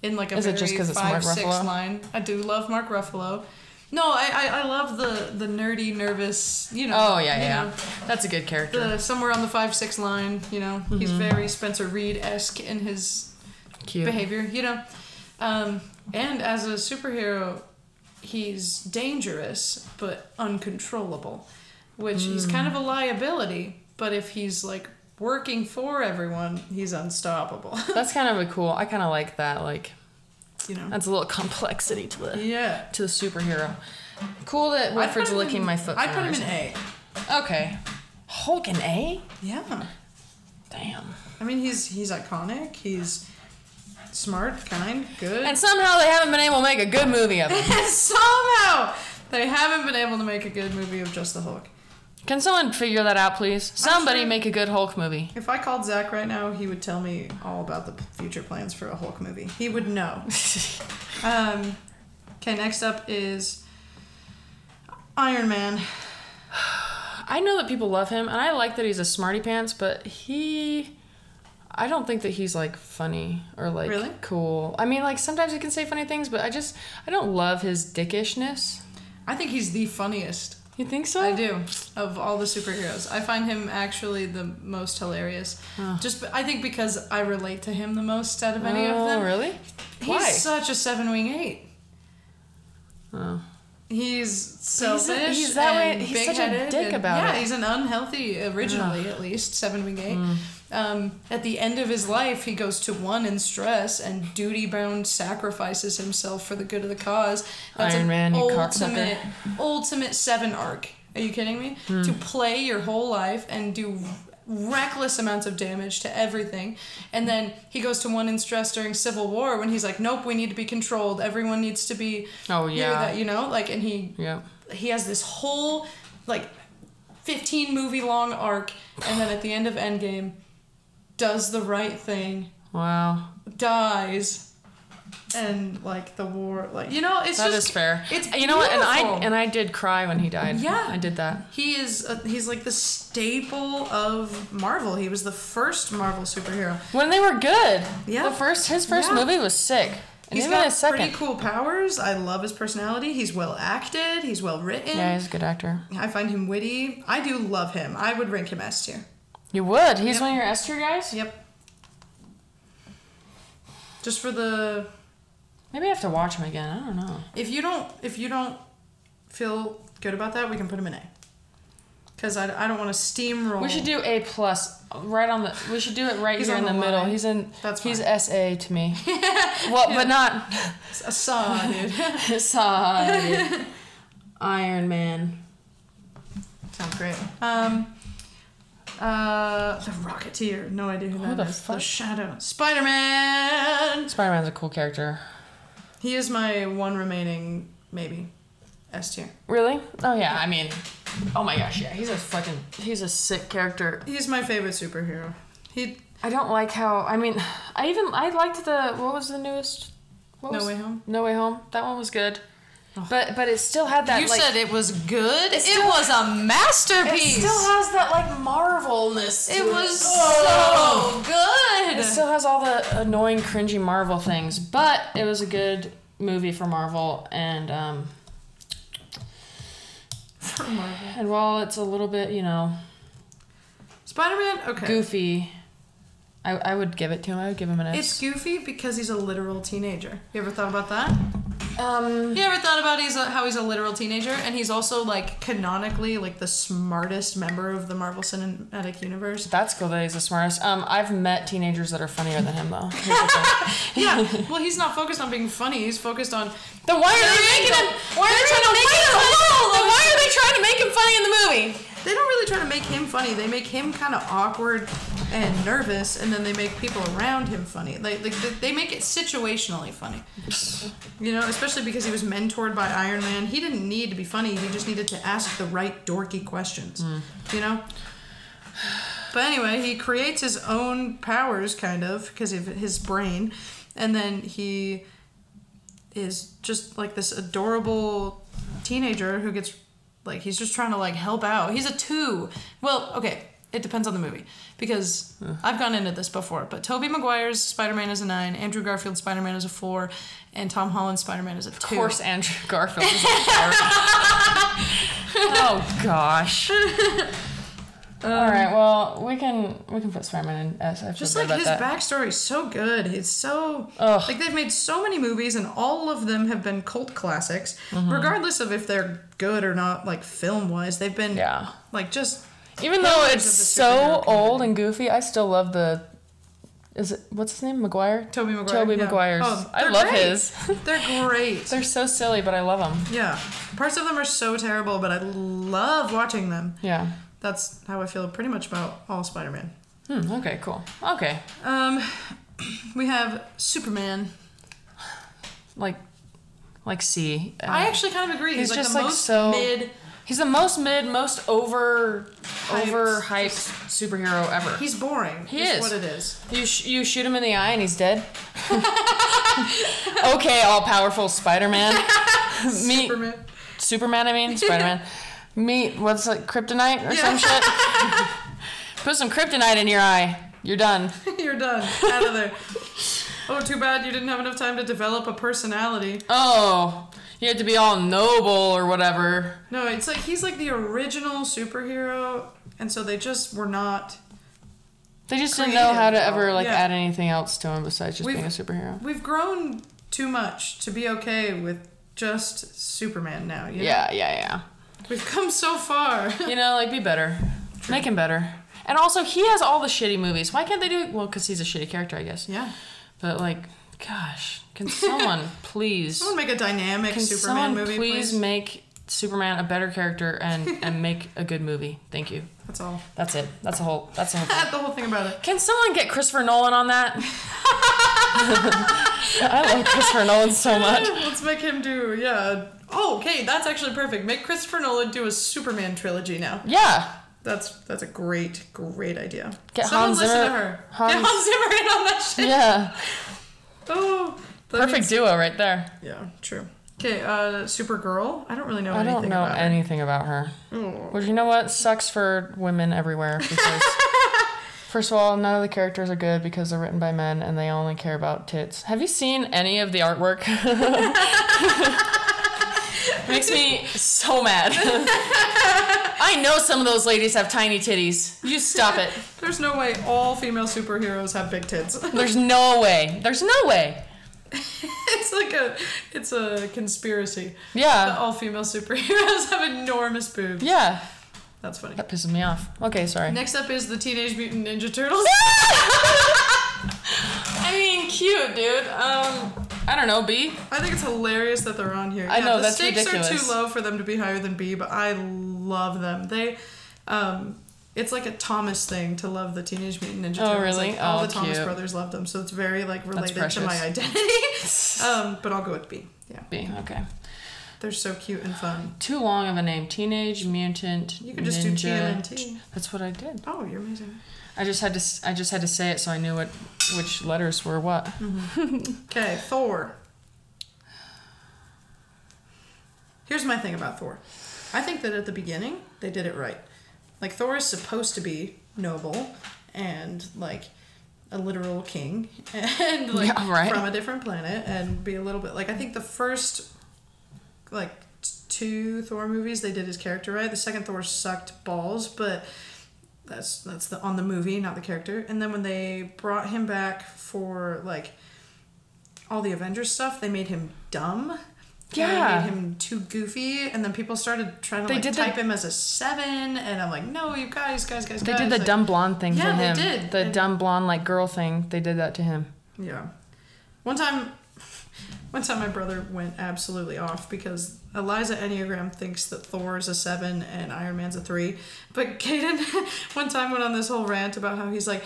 C: In like a
D: Is it
C: very
D: just 'cause it's
C: five
D: Mark
C: six
D: Ruffalo?
C: line. I do love Mark Ruffalo. No, I I, I love the the nerdy nervous. You know.
D: oh yeah,
C: you know,
D: yeah, that's a good character.
C: the somewhere on the five six line. You know, he's very Spencer Reed esque in his
D: Cute.
C: behavior, you know. Um, and as a superhero, he's dangerous but uncontrollable, which he's kind of
D: Mm.
C: a liability. But if he's like working for everyone, he's unstoppable, [LAUGHS]
D: That's kind of a cool. I kind of like that. Like
C: you know.
D: that's a little complexity to the
C: Yeah.
D: to the superhero. Cool that Wilfred's
C: put him
D: licking
C: in-
D: my foot.
C: I'd
D: for
C: put
D: no
C: him in
D: reason.
C: A.
D: Okay. Hulk and A.
C: Yeah.
D: Damn.
C: I mean, he's he's iconic. He's smart, kind, good.
D: And somehow they haven't been able to make a good movie of it.
C: [LAUGHS] somehow they haven't been able to make a good movie of just the Hulk.
D: Can someone figure that out, please? Somebody
C: sure-
D: make a good Hulk movie.
C: If I called Zach right now, he would tell me all about the p- future plans for a Hulk movie. He would know. um, okay, next up is Iron Man.
D: I know that people love him, and I like that he's a smarty pants, but he. I don't think that he's like funny or like
C: Really?
D: cool. I mean, like sometimes he can say funny things, but I just I don't love his dickishness.
C: I think he's the funniest.
D: You think so?
C: I do of all the superheroes. I find him actually the most hilarious. Just I think because I relate to him the most out of any
D: oh,
C: of them.
D: really?
C: He's
D: Why?
C: such a seven wing eight.
D: Oh.
C: He's selfish.
D: he's that way-
C: and
D: he's such a
C: big-headed
D: dick
C: and-
D: about
C: yeah,
D: it. Mm.
C: he's an unhealthy originally, at least seven wing eight. Um, at the end of his life, he goes to one in stress and duty bound sacrifices himself for the good of the cause.
D: Iron
C: an
D: Man, you
C: ultimate, ultimate seven arc. Are you kidding me?
D: Hmm.
C: To play your whole life and do reckless amounts of damage to everything, and then he goes to one in stress during Civil War when he's like, "Nope, we need to be controlled. Everyone needs to be."
D: Oh,
C: near
D: yeah.
C: that, you know like and he
D: Yeah.
C: he has this whole like 15 movie long arc and then at the end of endgame does the right thing
D: Wow.
C: dies and like the war like you know it's
D: That is
C: just
D: fair.
C: it's
D: you know what, and I
C: beautiful.
D: and I did cry when he died.
C: Yeah.
D: I did that.
C: he is a, he's like the staple of marvel he was the first marvel superhero
D: When they were good.
C: Yeah.
D: The first his first
C: Yeah.
D: movie was sick. And
C: He's
D: even
C: got
D: a second.
C: pretty cool powers. I love his personality. He's well acted. He's well written.
D: Yeah, he's a good actor.
C: I find him witty. I do love him. I would rank him S tier.
D: You would. He's one of your S tier guys.
C: Yep. Just for the
D: Maybe I have to watch him again. I don't know.
C: if you don't if you don't feel good about that, we can put him in A. Because I, I don't want to steamroll.
D: We should do A plus right on the. We should do it right
C: He's
D: here
C: on
D: in the,
C: the
D: middle.
C: line.
D: He's in.
C: That's
D: he's
C: fine.
D: SA to
C: [LAUGHS]
D: me. well, but not
C: a saw, dude.
D: side.
C: [LAUGHS]
D: Iron Man.
C: Sounds great. Um, uh, the Rocketeer. No idea who that is.
D: the
C: the
D: fuck?
C: Shadow. Spider Man.
D: Spider Man's a cool character.
C: He is my one remaining maybe S tier.
D: Really? Oh yeah. I mean, oh my gosh, yeah. He's a fucking. He's a sick character.
C: He's my favorite superhero. He
D: I don't like how. I mean, I even I liked the what was the newest. What
C: No
D: was-
C: Way Home?
D: No Way Home. That one was good. But but it still had that.
A: you
D: like,
A: said it was good. It,
D: still-
A: was a
D: it
A: masterpiece.
D: still has that like Marvelness.
A: It
D: to Oh.
A: was so
D: It
A: good.
D: still has all the annoying, cringy Marvel things, but it was a good movie for Marvel, and um, and while it's a little bit, you know,
C: Spider Man. Okay.
D: goofy, I, I would give it to him. I would give him an S.
C: It's goofy because he's a literal teenager. You ever thought about that?
D: um,
C: You ever thought about he's a, how he's a literal teenager and he's also like canonically like the smartest member of the Marvel Cinematic Universe?
D: that's cool that he's the smartest. Um, I've met teenagers that are funnier than him [LAUGHS] though. [LAUGHS]
C: Yeah. well, he's not focused on being funny. He's focused on
D: then why are
C: they making him-
D: Why are they trying to make him? Then why are they trying to make him funny in the movie?
C: They don't really try to make him funny. They make him kind of awkward and nervous, and then they make people around him funny. Like, like they- they make it situationally funny. You know, especially because he was mentored by Iron Man. He didn't need to be funny. He just needed to ask the right dorky questions. You know. But anyway, he creates his own powers, kind of, because of his brain, and then he is just like this adorable teenager who gets like he's just trying to like help out. He's a two. Well, okay, it depends on the movie because I've gone into this before. But Toby Maguire's Spider Man is a nine, Andrew Garfield's Spider Man is a four, and Tom Holland's Spider Man is a two.
D: Of course, Andrew Garfield is a shark. [LAUGHS] oh [LAUGHS] gosh. All right. Well, we can we can put Spider-Man in S. I feel
C: Just
D: bad
C: like
D: about
C: his
D: that.
C: backstory is so good. It's so
D: Ugh.
C: like they've made so many movies and all of them have been cult classics,
D: Mm-hmm.
C: regardless of if they're good or not. Like film wise, they've been
D: Yeah.
C: like just
D: Even though it's
C: of the
D: so
C: superhero
D: old and goofy, I still love the. Is it what's his name? Maguire.
C: Toby Maguire.
D: Toby
C: yeah.
D: Maguire's.
C: Oh,
D: I
C: they're
D: love
C: great.
D: his.
C: [LAUGHS] They're
D: [LAUGHS]
C: great.
D: They're so silly, but I love them.
C: Yeah. Parts of them are so terrible, but I love watching them.
D: Yeah.
C: That's how I feel pretty much about all Spider Man.
D: Hmm, okay. Cool. Okay.
C: Um, [CLEARS THROAT] we have Superman.
D: Like, like C. Uh,
C: I actually kind of agree.
D: he's
C: like
D: just,
C: the
D: like,
C: most
D: so-
C: mid.
D: he's the most mid, most over,
C: Hyped.
D: over hyped superhero ever.
C: He's boring.
D: He is.
C: what it is.
D: You, sh- you shoot him in the eye and he's
C: [LAUGHS]
D: dead. okay, all powerful Spider Man.
C: [LAUGHS]
D: Meet Superman.
C: Superman.
D: I mean Spider
C: [LAUGHS]
D: Man. Meet what's it, kryptonite or some shit. Put some kryptonite in your eye. You're done.
C: [LAUGHS] You're done. Out
D: [LAUGHS]
C: of there. Oh, too bad you didn't have enough time to develop a personality.
D: Oh, you have to be all noble or whatever.
C: No, it's like he's like the original superhero, and so they just were not.
D: They just didn't know how to
C: Creative,
D: ever like
C: yeah.
D: add anything else to him besides just
C: We've-
D: being a superhero.
C: We've grown too much to be okay with just Superman now. You know?
D: Yeah, yeah,
C: We've come so far.
D: [LAUGHS] yeah. You know, like be better. Make him better. And also, he has all the shitty movies. Why can't they do? Well, because he's a shitty character, I guess.
C: Yeah.
D: But like, gosh,
C: [LAUGHS]
D: can someone please,
C: Someone make a dynamic
D: can
C: Superman
D: someone
C: movie,
D: please,
C: please.
D: make Superman a better character and and make a good movie? Thank you.
C: That's all. [LAUGHS]
D: That's it. That's a whole. That's a whole. Thing.
C: That's the whole thing about it.
D: Can someone get Christopher Nolan on
C: [LAUGHS]
D: that? [LAUGHS] I love Christopher Nolan so
C: [LAUGHS]
D: much.
C: Let's make him do, yeah. Oh, okay, that's actually perfect. Make Christopher Nolan do a Superman trilogy now.
D: Yeah.
C: That's that's a great, great idea.
D: Get
C: Someone
D: Hans
C: listen to
D: Zimmer-
C: her. Get
D: Hans-
C: Hans Zimmer in on that shit.
D: Yeah.
C: Oh, that
D: Perfect
C: means-
D: duo right there.
C: yeah, true. Okay, uh, Supergirl. I don't really know
D: I
C: anything
D: don't know
C: about
D: anything about her.
C: her. Oh. [LAUGHS]
D: Which you know what sucks for women everywhere because
A: First of all, none of the characters are good because they're written by men and they only care about tits. Have you seen any of the artwork? [LAUGHS] Makes me so mad. [LAUGHS] I know some of those ladies have tiny titties. You stop it.
C: There's no way all female superheroes have big tits. [LAUGHS]
A: There's no way. There's no way.
C: it's like a it's a conspiracy. that
A: Yeah.
C: all female superheroes [LAUGHS] have enormous boobs.
A: Yeah.
C: That's funny.
A: That pisses me off. Okay, sorry.
C: [LAUGHS] Next up is the Teenage Mutant Ninja Turtles.
A: I mean, cute, dude. Um, I don't know, B.
C: I think it's hilarious that they're on here.
A: I know,
C: the
A: that's
C: stakes are
A: ridiculous.
C: too low for them to be higher than B, but I love them. They, um, it's like a Thomas thing to love the Teenage Mutant Ninja
A: Oh,
C: Turtles.
A: really?
C: Like, all
A: Oh,
C: the Thomas
A: cute.
C: brothers love them, so it's very like related to
A: precious.
C: my identity.
A: [LAUGHS]
C: um, but I'll go with B. Yeah,
A: B. Okay.
C: they're so cute and fun.
A: Too long of a name. Teenage Mutant
C: You could just do
A: Ninja.
C: TMNT.
A: That's what I did.
C: Oh, you're amazing.
A: I just had to. s- I just had to say it so I knew what which letters were what.
C: Okay, Thor. Here's my thing about Thor. I think that at the beginning they did it right. Like Thor is supposed to be noble and like a literal king [LAUGHS] and like
A: Yeah, right.
C: from a different planet and be a little bit like I think the first like t- two Thor movies they did his character right. The second Thor sucked balls, but that's that's the on the movie, not the character. And then when they brought him back for like all the Avengers stuff, they made him dumb. And
A: Yeah.
C: They made him too goofy, and then people started trying to
A: They
C: like,
A: did the-
C: type him as a seven, and I'm like, no, you guys, guys, guys,
A: They
C: guys.
A: did the
C: like-
A: dumb blonde thing
C: Yeah,
A: for
C: they
A: him.
C: did.
A: The
C: And-
A: dumb blonde like girl thing. They did that to him.
C: Yeah. One time, [LAUGHS] one time my brother went absolutely off because Eliza Enneagram thinks that Thor is a seven and Iron Man's a three. But [LAUGHS] Caden, one time went on this whole rant about how he's like,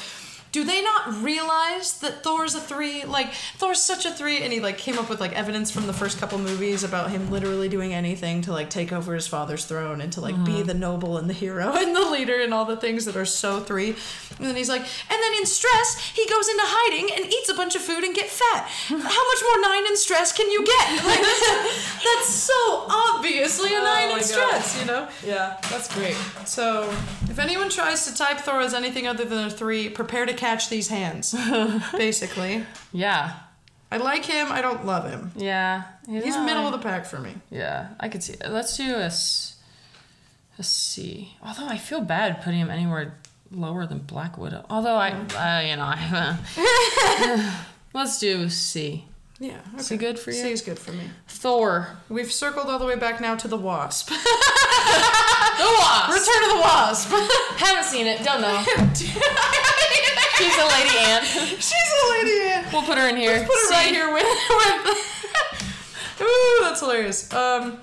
C: do they not realize that Thor's a three? Like Thor's such a three, and he like came up with like evidence from the first couple movies about him literally doing anything to like take over his father's throne and to like be the noble and the hero [LAUGHS] and the leader and all the things that are so three. And then he's like, and then in stress, he goes into hiding and eats a bunch of food and get [LAUGHS] fat. How much more nine in stress can you [LAUGHS] get? Like, that's so obviously a nine
A: my
C: in
A: God.
C: stress, you know.
A: Yeah, that's great.
C: So, if anyone tries to type Thor as anything other than a three, prepare to catch these [LAUGHS] hands. basically,
A: Yeah,
C: I like him. I don't love him.
A: yeah.
C: He's
A: not
C: middle of
A: like-
C: the pack for me.
A: Yeah, I could see. Let's do a, s- a C. Although I feel bad putting him anywhere lower than Black Widow. Although I,
C: Mm.
A: uh, you know, I, uh,
C: [LAUGHS]
A: let's do a C.
C: Yeah. Okay.
A: Is it good for you?
C: C is good for me.
A: Thor.
C: We've circled all the way back now to
A: [LAUGHS]
C: the Wasp.
A: The Wasp.
C: Return of
A: [LAUGHS]
C: the Wasp. [LAUGHS]
A: Haven't seen it. Don't know.
C: She's
A: She's a lady Anne.
C: a lady. yeah.
A: We'll put her in here.
C: Put it
A: C.
C: right here with. with [LAUGHS] ooh, that's hilarious. Um,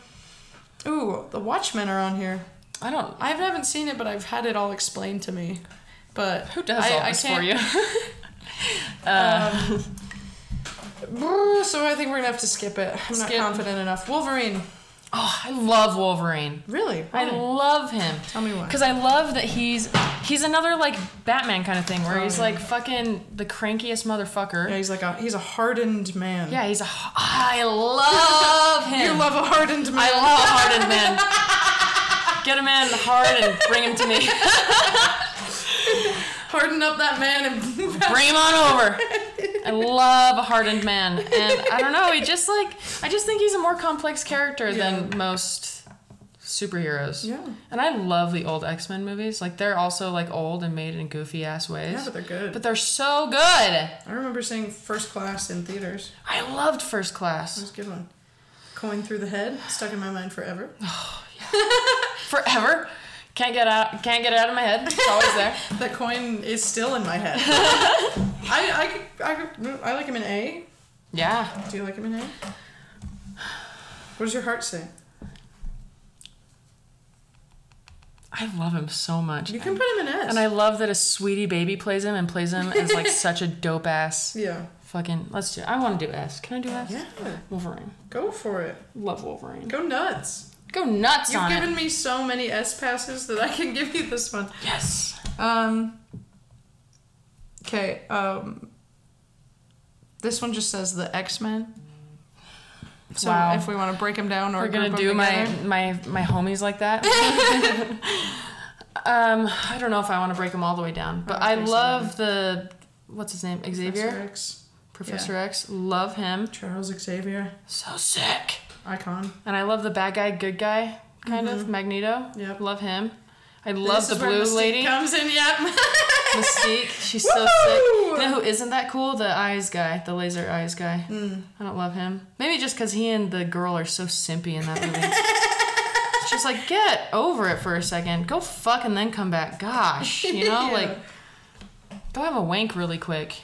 C: ooh, the Watchmen are on here.
A: I don't.
C: I haven't seen it, but I've had it all explained to me. But
A: Who does
C: I,
A: all
C: I
A: this
C: can't-
A: for you? [LAUGHS]
C: Brr, [LAUGHS] So I think we're gonna have to skip it. I'm
A: Skip.
C: not confident enough. Wolverine,
A: oh, I love Wolverine.
C: really? Oh.
A: I love him.
C: Tell me why.
A: Because I love that he's he's another like Batman kind of thing where he's
C: yeah.
A: like fucking the crankiest motherfucker.
C: Yeah, he's like a he's a hardened man.
A: Yeah, he's a. h- I love him.
C: [LAUGHS] You love a hardened man.
A: I love a
C: [LAUGHS]
A: hardened man. Get a man hard and bring him to me. [LAUGHS]
C: Harden up that man and [LAUGHS]
A: Bring him on over. I love a hardened man, and I don't know. He just like I just think he's a more complex character than most superheroes.
C: Yeah.
A: And I love the old X Men movies. Like they're also like old and made in goofy ass ways.
C: Yeah, but they're good.
A: But they're so good.
C: I remember seeing first class in theaters.
A: I loved First
C: It
A: Class
C: was a good one. Coin through the head, stuck in my mind forever.
A: forever. Can't get out. Can't get it out of my head. It's always
C: [LAUGHS]
A: there.
C: That coin is still in my head. I, I, I, I like him in A.
A: Yeah.
C: Do you like him in A? What does your heart say?
A: I love him so much.
C: You can put him in S.
A: And I love that a sweetie baby plays him and plays him as like such a dope ass
C: yeah.
A: fucking. Let's do. I want to do S. Can I do S?
C: Yeah.
A: Wolverine.
C: Go for it.
A: Love Wolverine.
C: Go nuts.
A: Go nuts
C: You've
A: on
C: given
A: it.
C: me so many S passes that I can give you this one.
A: Yes.
C: Um. Okay. Um. This one just says the X Men. So
A: Wow.
C: if we want to break them down, or
A: We're gonna
C: group 'em
A: do my
C: [LAUGHS] together.
A: my my homies like that. Um, I don't know if I want to break them all the way down, but I, love the what's his name
C: Professor
A: Xavier
C: X,
A: Professor X. Love him.
C: Charles Xavier,
A: So sick.
C: icon.
A: And I love the bad guy, good guy kind of Magneto.
C: Mm-hmm. Yep.
A: Love him. I love
C: This
A: the
C: is where
A: blue
C: Mystique
A: lady
C: comes in. Yep. [LAUGHS]
A: Mystique. She's so sick. You know who isn't that cool? The eyes guy, the laser eyes guy.
C: Mm.
A: I don't love him. Maybe just because he and the girl are so simpy in that movie.
C: [LAUGHS]
A: It's just like get over it for a second. Go fuck and then come back. Gosh, you know,
C: [LAUGHS] Yeah.
A: like go have a wank really quick.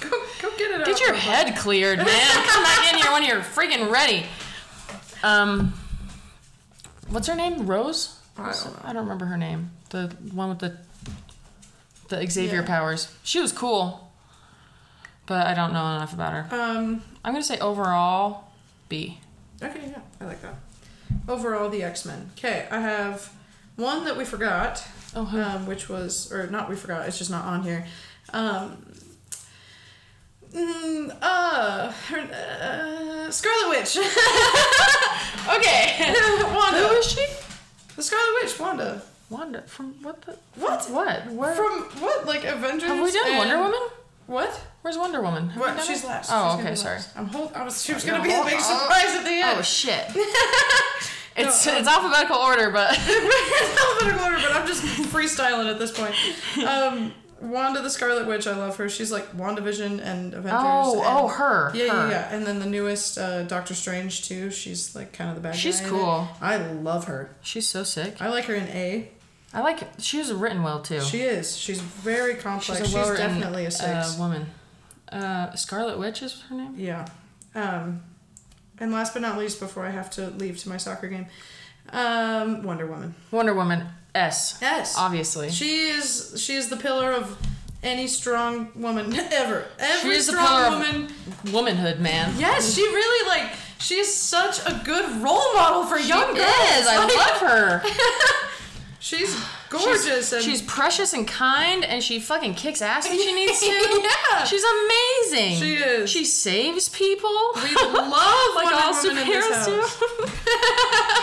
C: go, go get it.
A: Get
C: out.
A: your head cleared, man. Come back in here when you're freaking ready. Um, what's her name? Rose.
C: I don't know.
A: I don't remember her name. The one with the the Xavier
C: Yeah.
A: powers. She was cool, but I don't know enough about her.
C: Um.
A: I'm gonna say overall B.
C: Okay. Yeah. I like that. Overall, the X Men. Okay. I have one that we forgot,
A: Oh, who?
C: um, which was or not we forgot. It's just not on here. Um. mm, uh, her- uh, Scarlet Witch. [LAUGHS] okay. [LAUGHS] Wanda.
A: who is she?
C: The Scarlet Witch, Wanda.
A: Wanda from what the
C: What?
A: What? Where?
C: From what? Like Avengers?
A: have we done
C: and-
A: Wonder Woman?
C: What?
A: Where's Wonder Woman? Have we
C: What?
A: done
C: She's
A: it?
C: last.
A: Oh,
C: She's gonna
A: okay,
C: be
A: sorry.
C: last. I'm hold. I was. She was gonna be the big surprise at the end.
A: Oh shit.
C: [LAUGHS]
A: [LAUGHS] it's
C: um,
A: it's alphabetical order, but [LAUGHS]
C: alphabetical order, but I'm just freestyling at this point. Um, Wanda the Scarlet Witch, I love her. She's like WandaVision and Avengers.
A: Oh,
C: and-
A: oh, her,
C: Yeah, yeah,
A: her.
C: yeah. And then the newest uh, Doctor Strange too. She's like kind of the bad
A: She's
C: guy in
A: cool.
C: it. I love her.
A: she's so sick.
C: I like her in A.
A: I like she was written well too.
C: She is. She's very
A: she's
C: complex.
A: a
C: She's,
A: well-written,
C: definitely a
A: uh,
C: six.
A: woman. Uh, Scarlet Witch is her name.
C: yeah. Um, and last but not least, before I have to leave to my soccer game, um, Wonder Woman.
A: Wonder Woman S.
C: Yes.
A: Obviously.
C: She is she is the pillar of any strong woman [LAUGHS] ever. Every
A: She is the
C: strong
A: pillar of-
C: woman.
A: Womanhood, man.
C: yes, she really like she is such a good role model for
A: She
C: young girls.
A: is. I
C: [LAUGHS] Like,
A: [LAUGHS] love her.
C: She's gorgeous
A: She's-
C: and
A: she's precious and kind, and she fucking kicks ass when
C: [LAUGHS]
A: she needs to.
C: Yeah.
A: She's amazing.
C: She is.
A: She saves people. [LAUGHS]
C: we love
A: like
C: Wonder
A: all
C: Woman in this
A: superheroes
C: house.
A: do.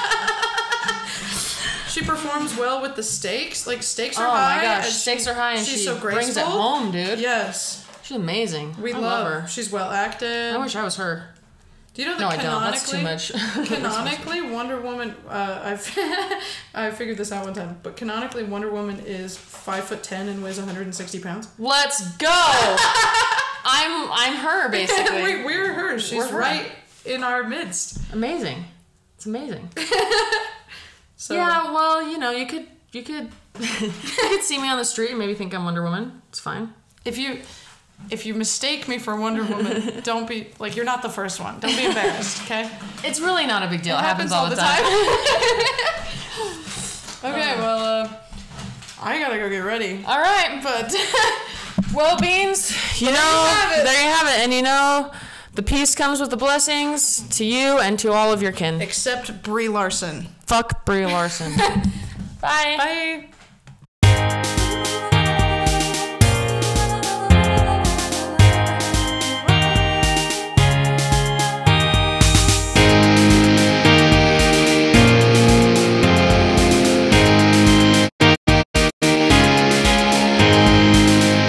C: She performs well with the stakes. Like stakes
A: [LAUGHS]
C: are
A: Oh
C: high.
A: my gosh,
C: and
A: stakes
C: she-
A: are high, and
C: she's
A: she
C: so graceful.
A: brings it home, dude.
C: Yes,
A: She's amazing.
C: we
A: I
C: love,
A: her.
C: She's well acted.
A: I wish I was her.
C: Do you know that
A: No, I don't. That's
C: canonically?
A: too much. [LAUGHS]
C: canonically, Wonder Woman. Uh, I've [LAUGHS] I figured this out one time, but canonically, Wonder Woman is five foot ten and weighs 160 pounds. [LAUGHS]
A: Let's [LAUGHS] go. I'm I'm [LAUGHS] her basically.
C: we, we're her. She's
A: We're her.
C: right in our midst.
A: Amazing. It's amazing.
C: So
A: Yeah, well, you know, you could you could [LAUGHS] you could see me on the street and maybe think I'm Wonder Woman. It's fine.
C: if you if you mistake me for Wonder
A: [LAUGHS]
C: Woman, don't be like you're not the first one. Don't be embarrassed. Okay, it
A: It's really not a big deal. It, happens, all the time.
C: [LAUGHS] okay, well, uh, I gotta go get ready.
A: All right.
C: But
A: [LAUGHS] Well, beans, you know,
C: have it.
A: there you have it. And you know, the peace comes with the blessings to you and to all of your kin.
C: except Brie Larson.
A: Fuck Brie Larson. Bye.
C: Bye.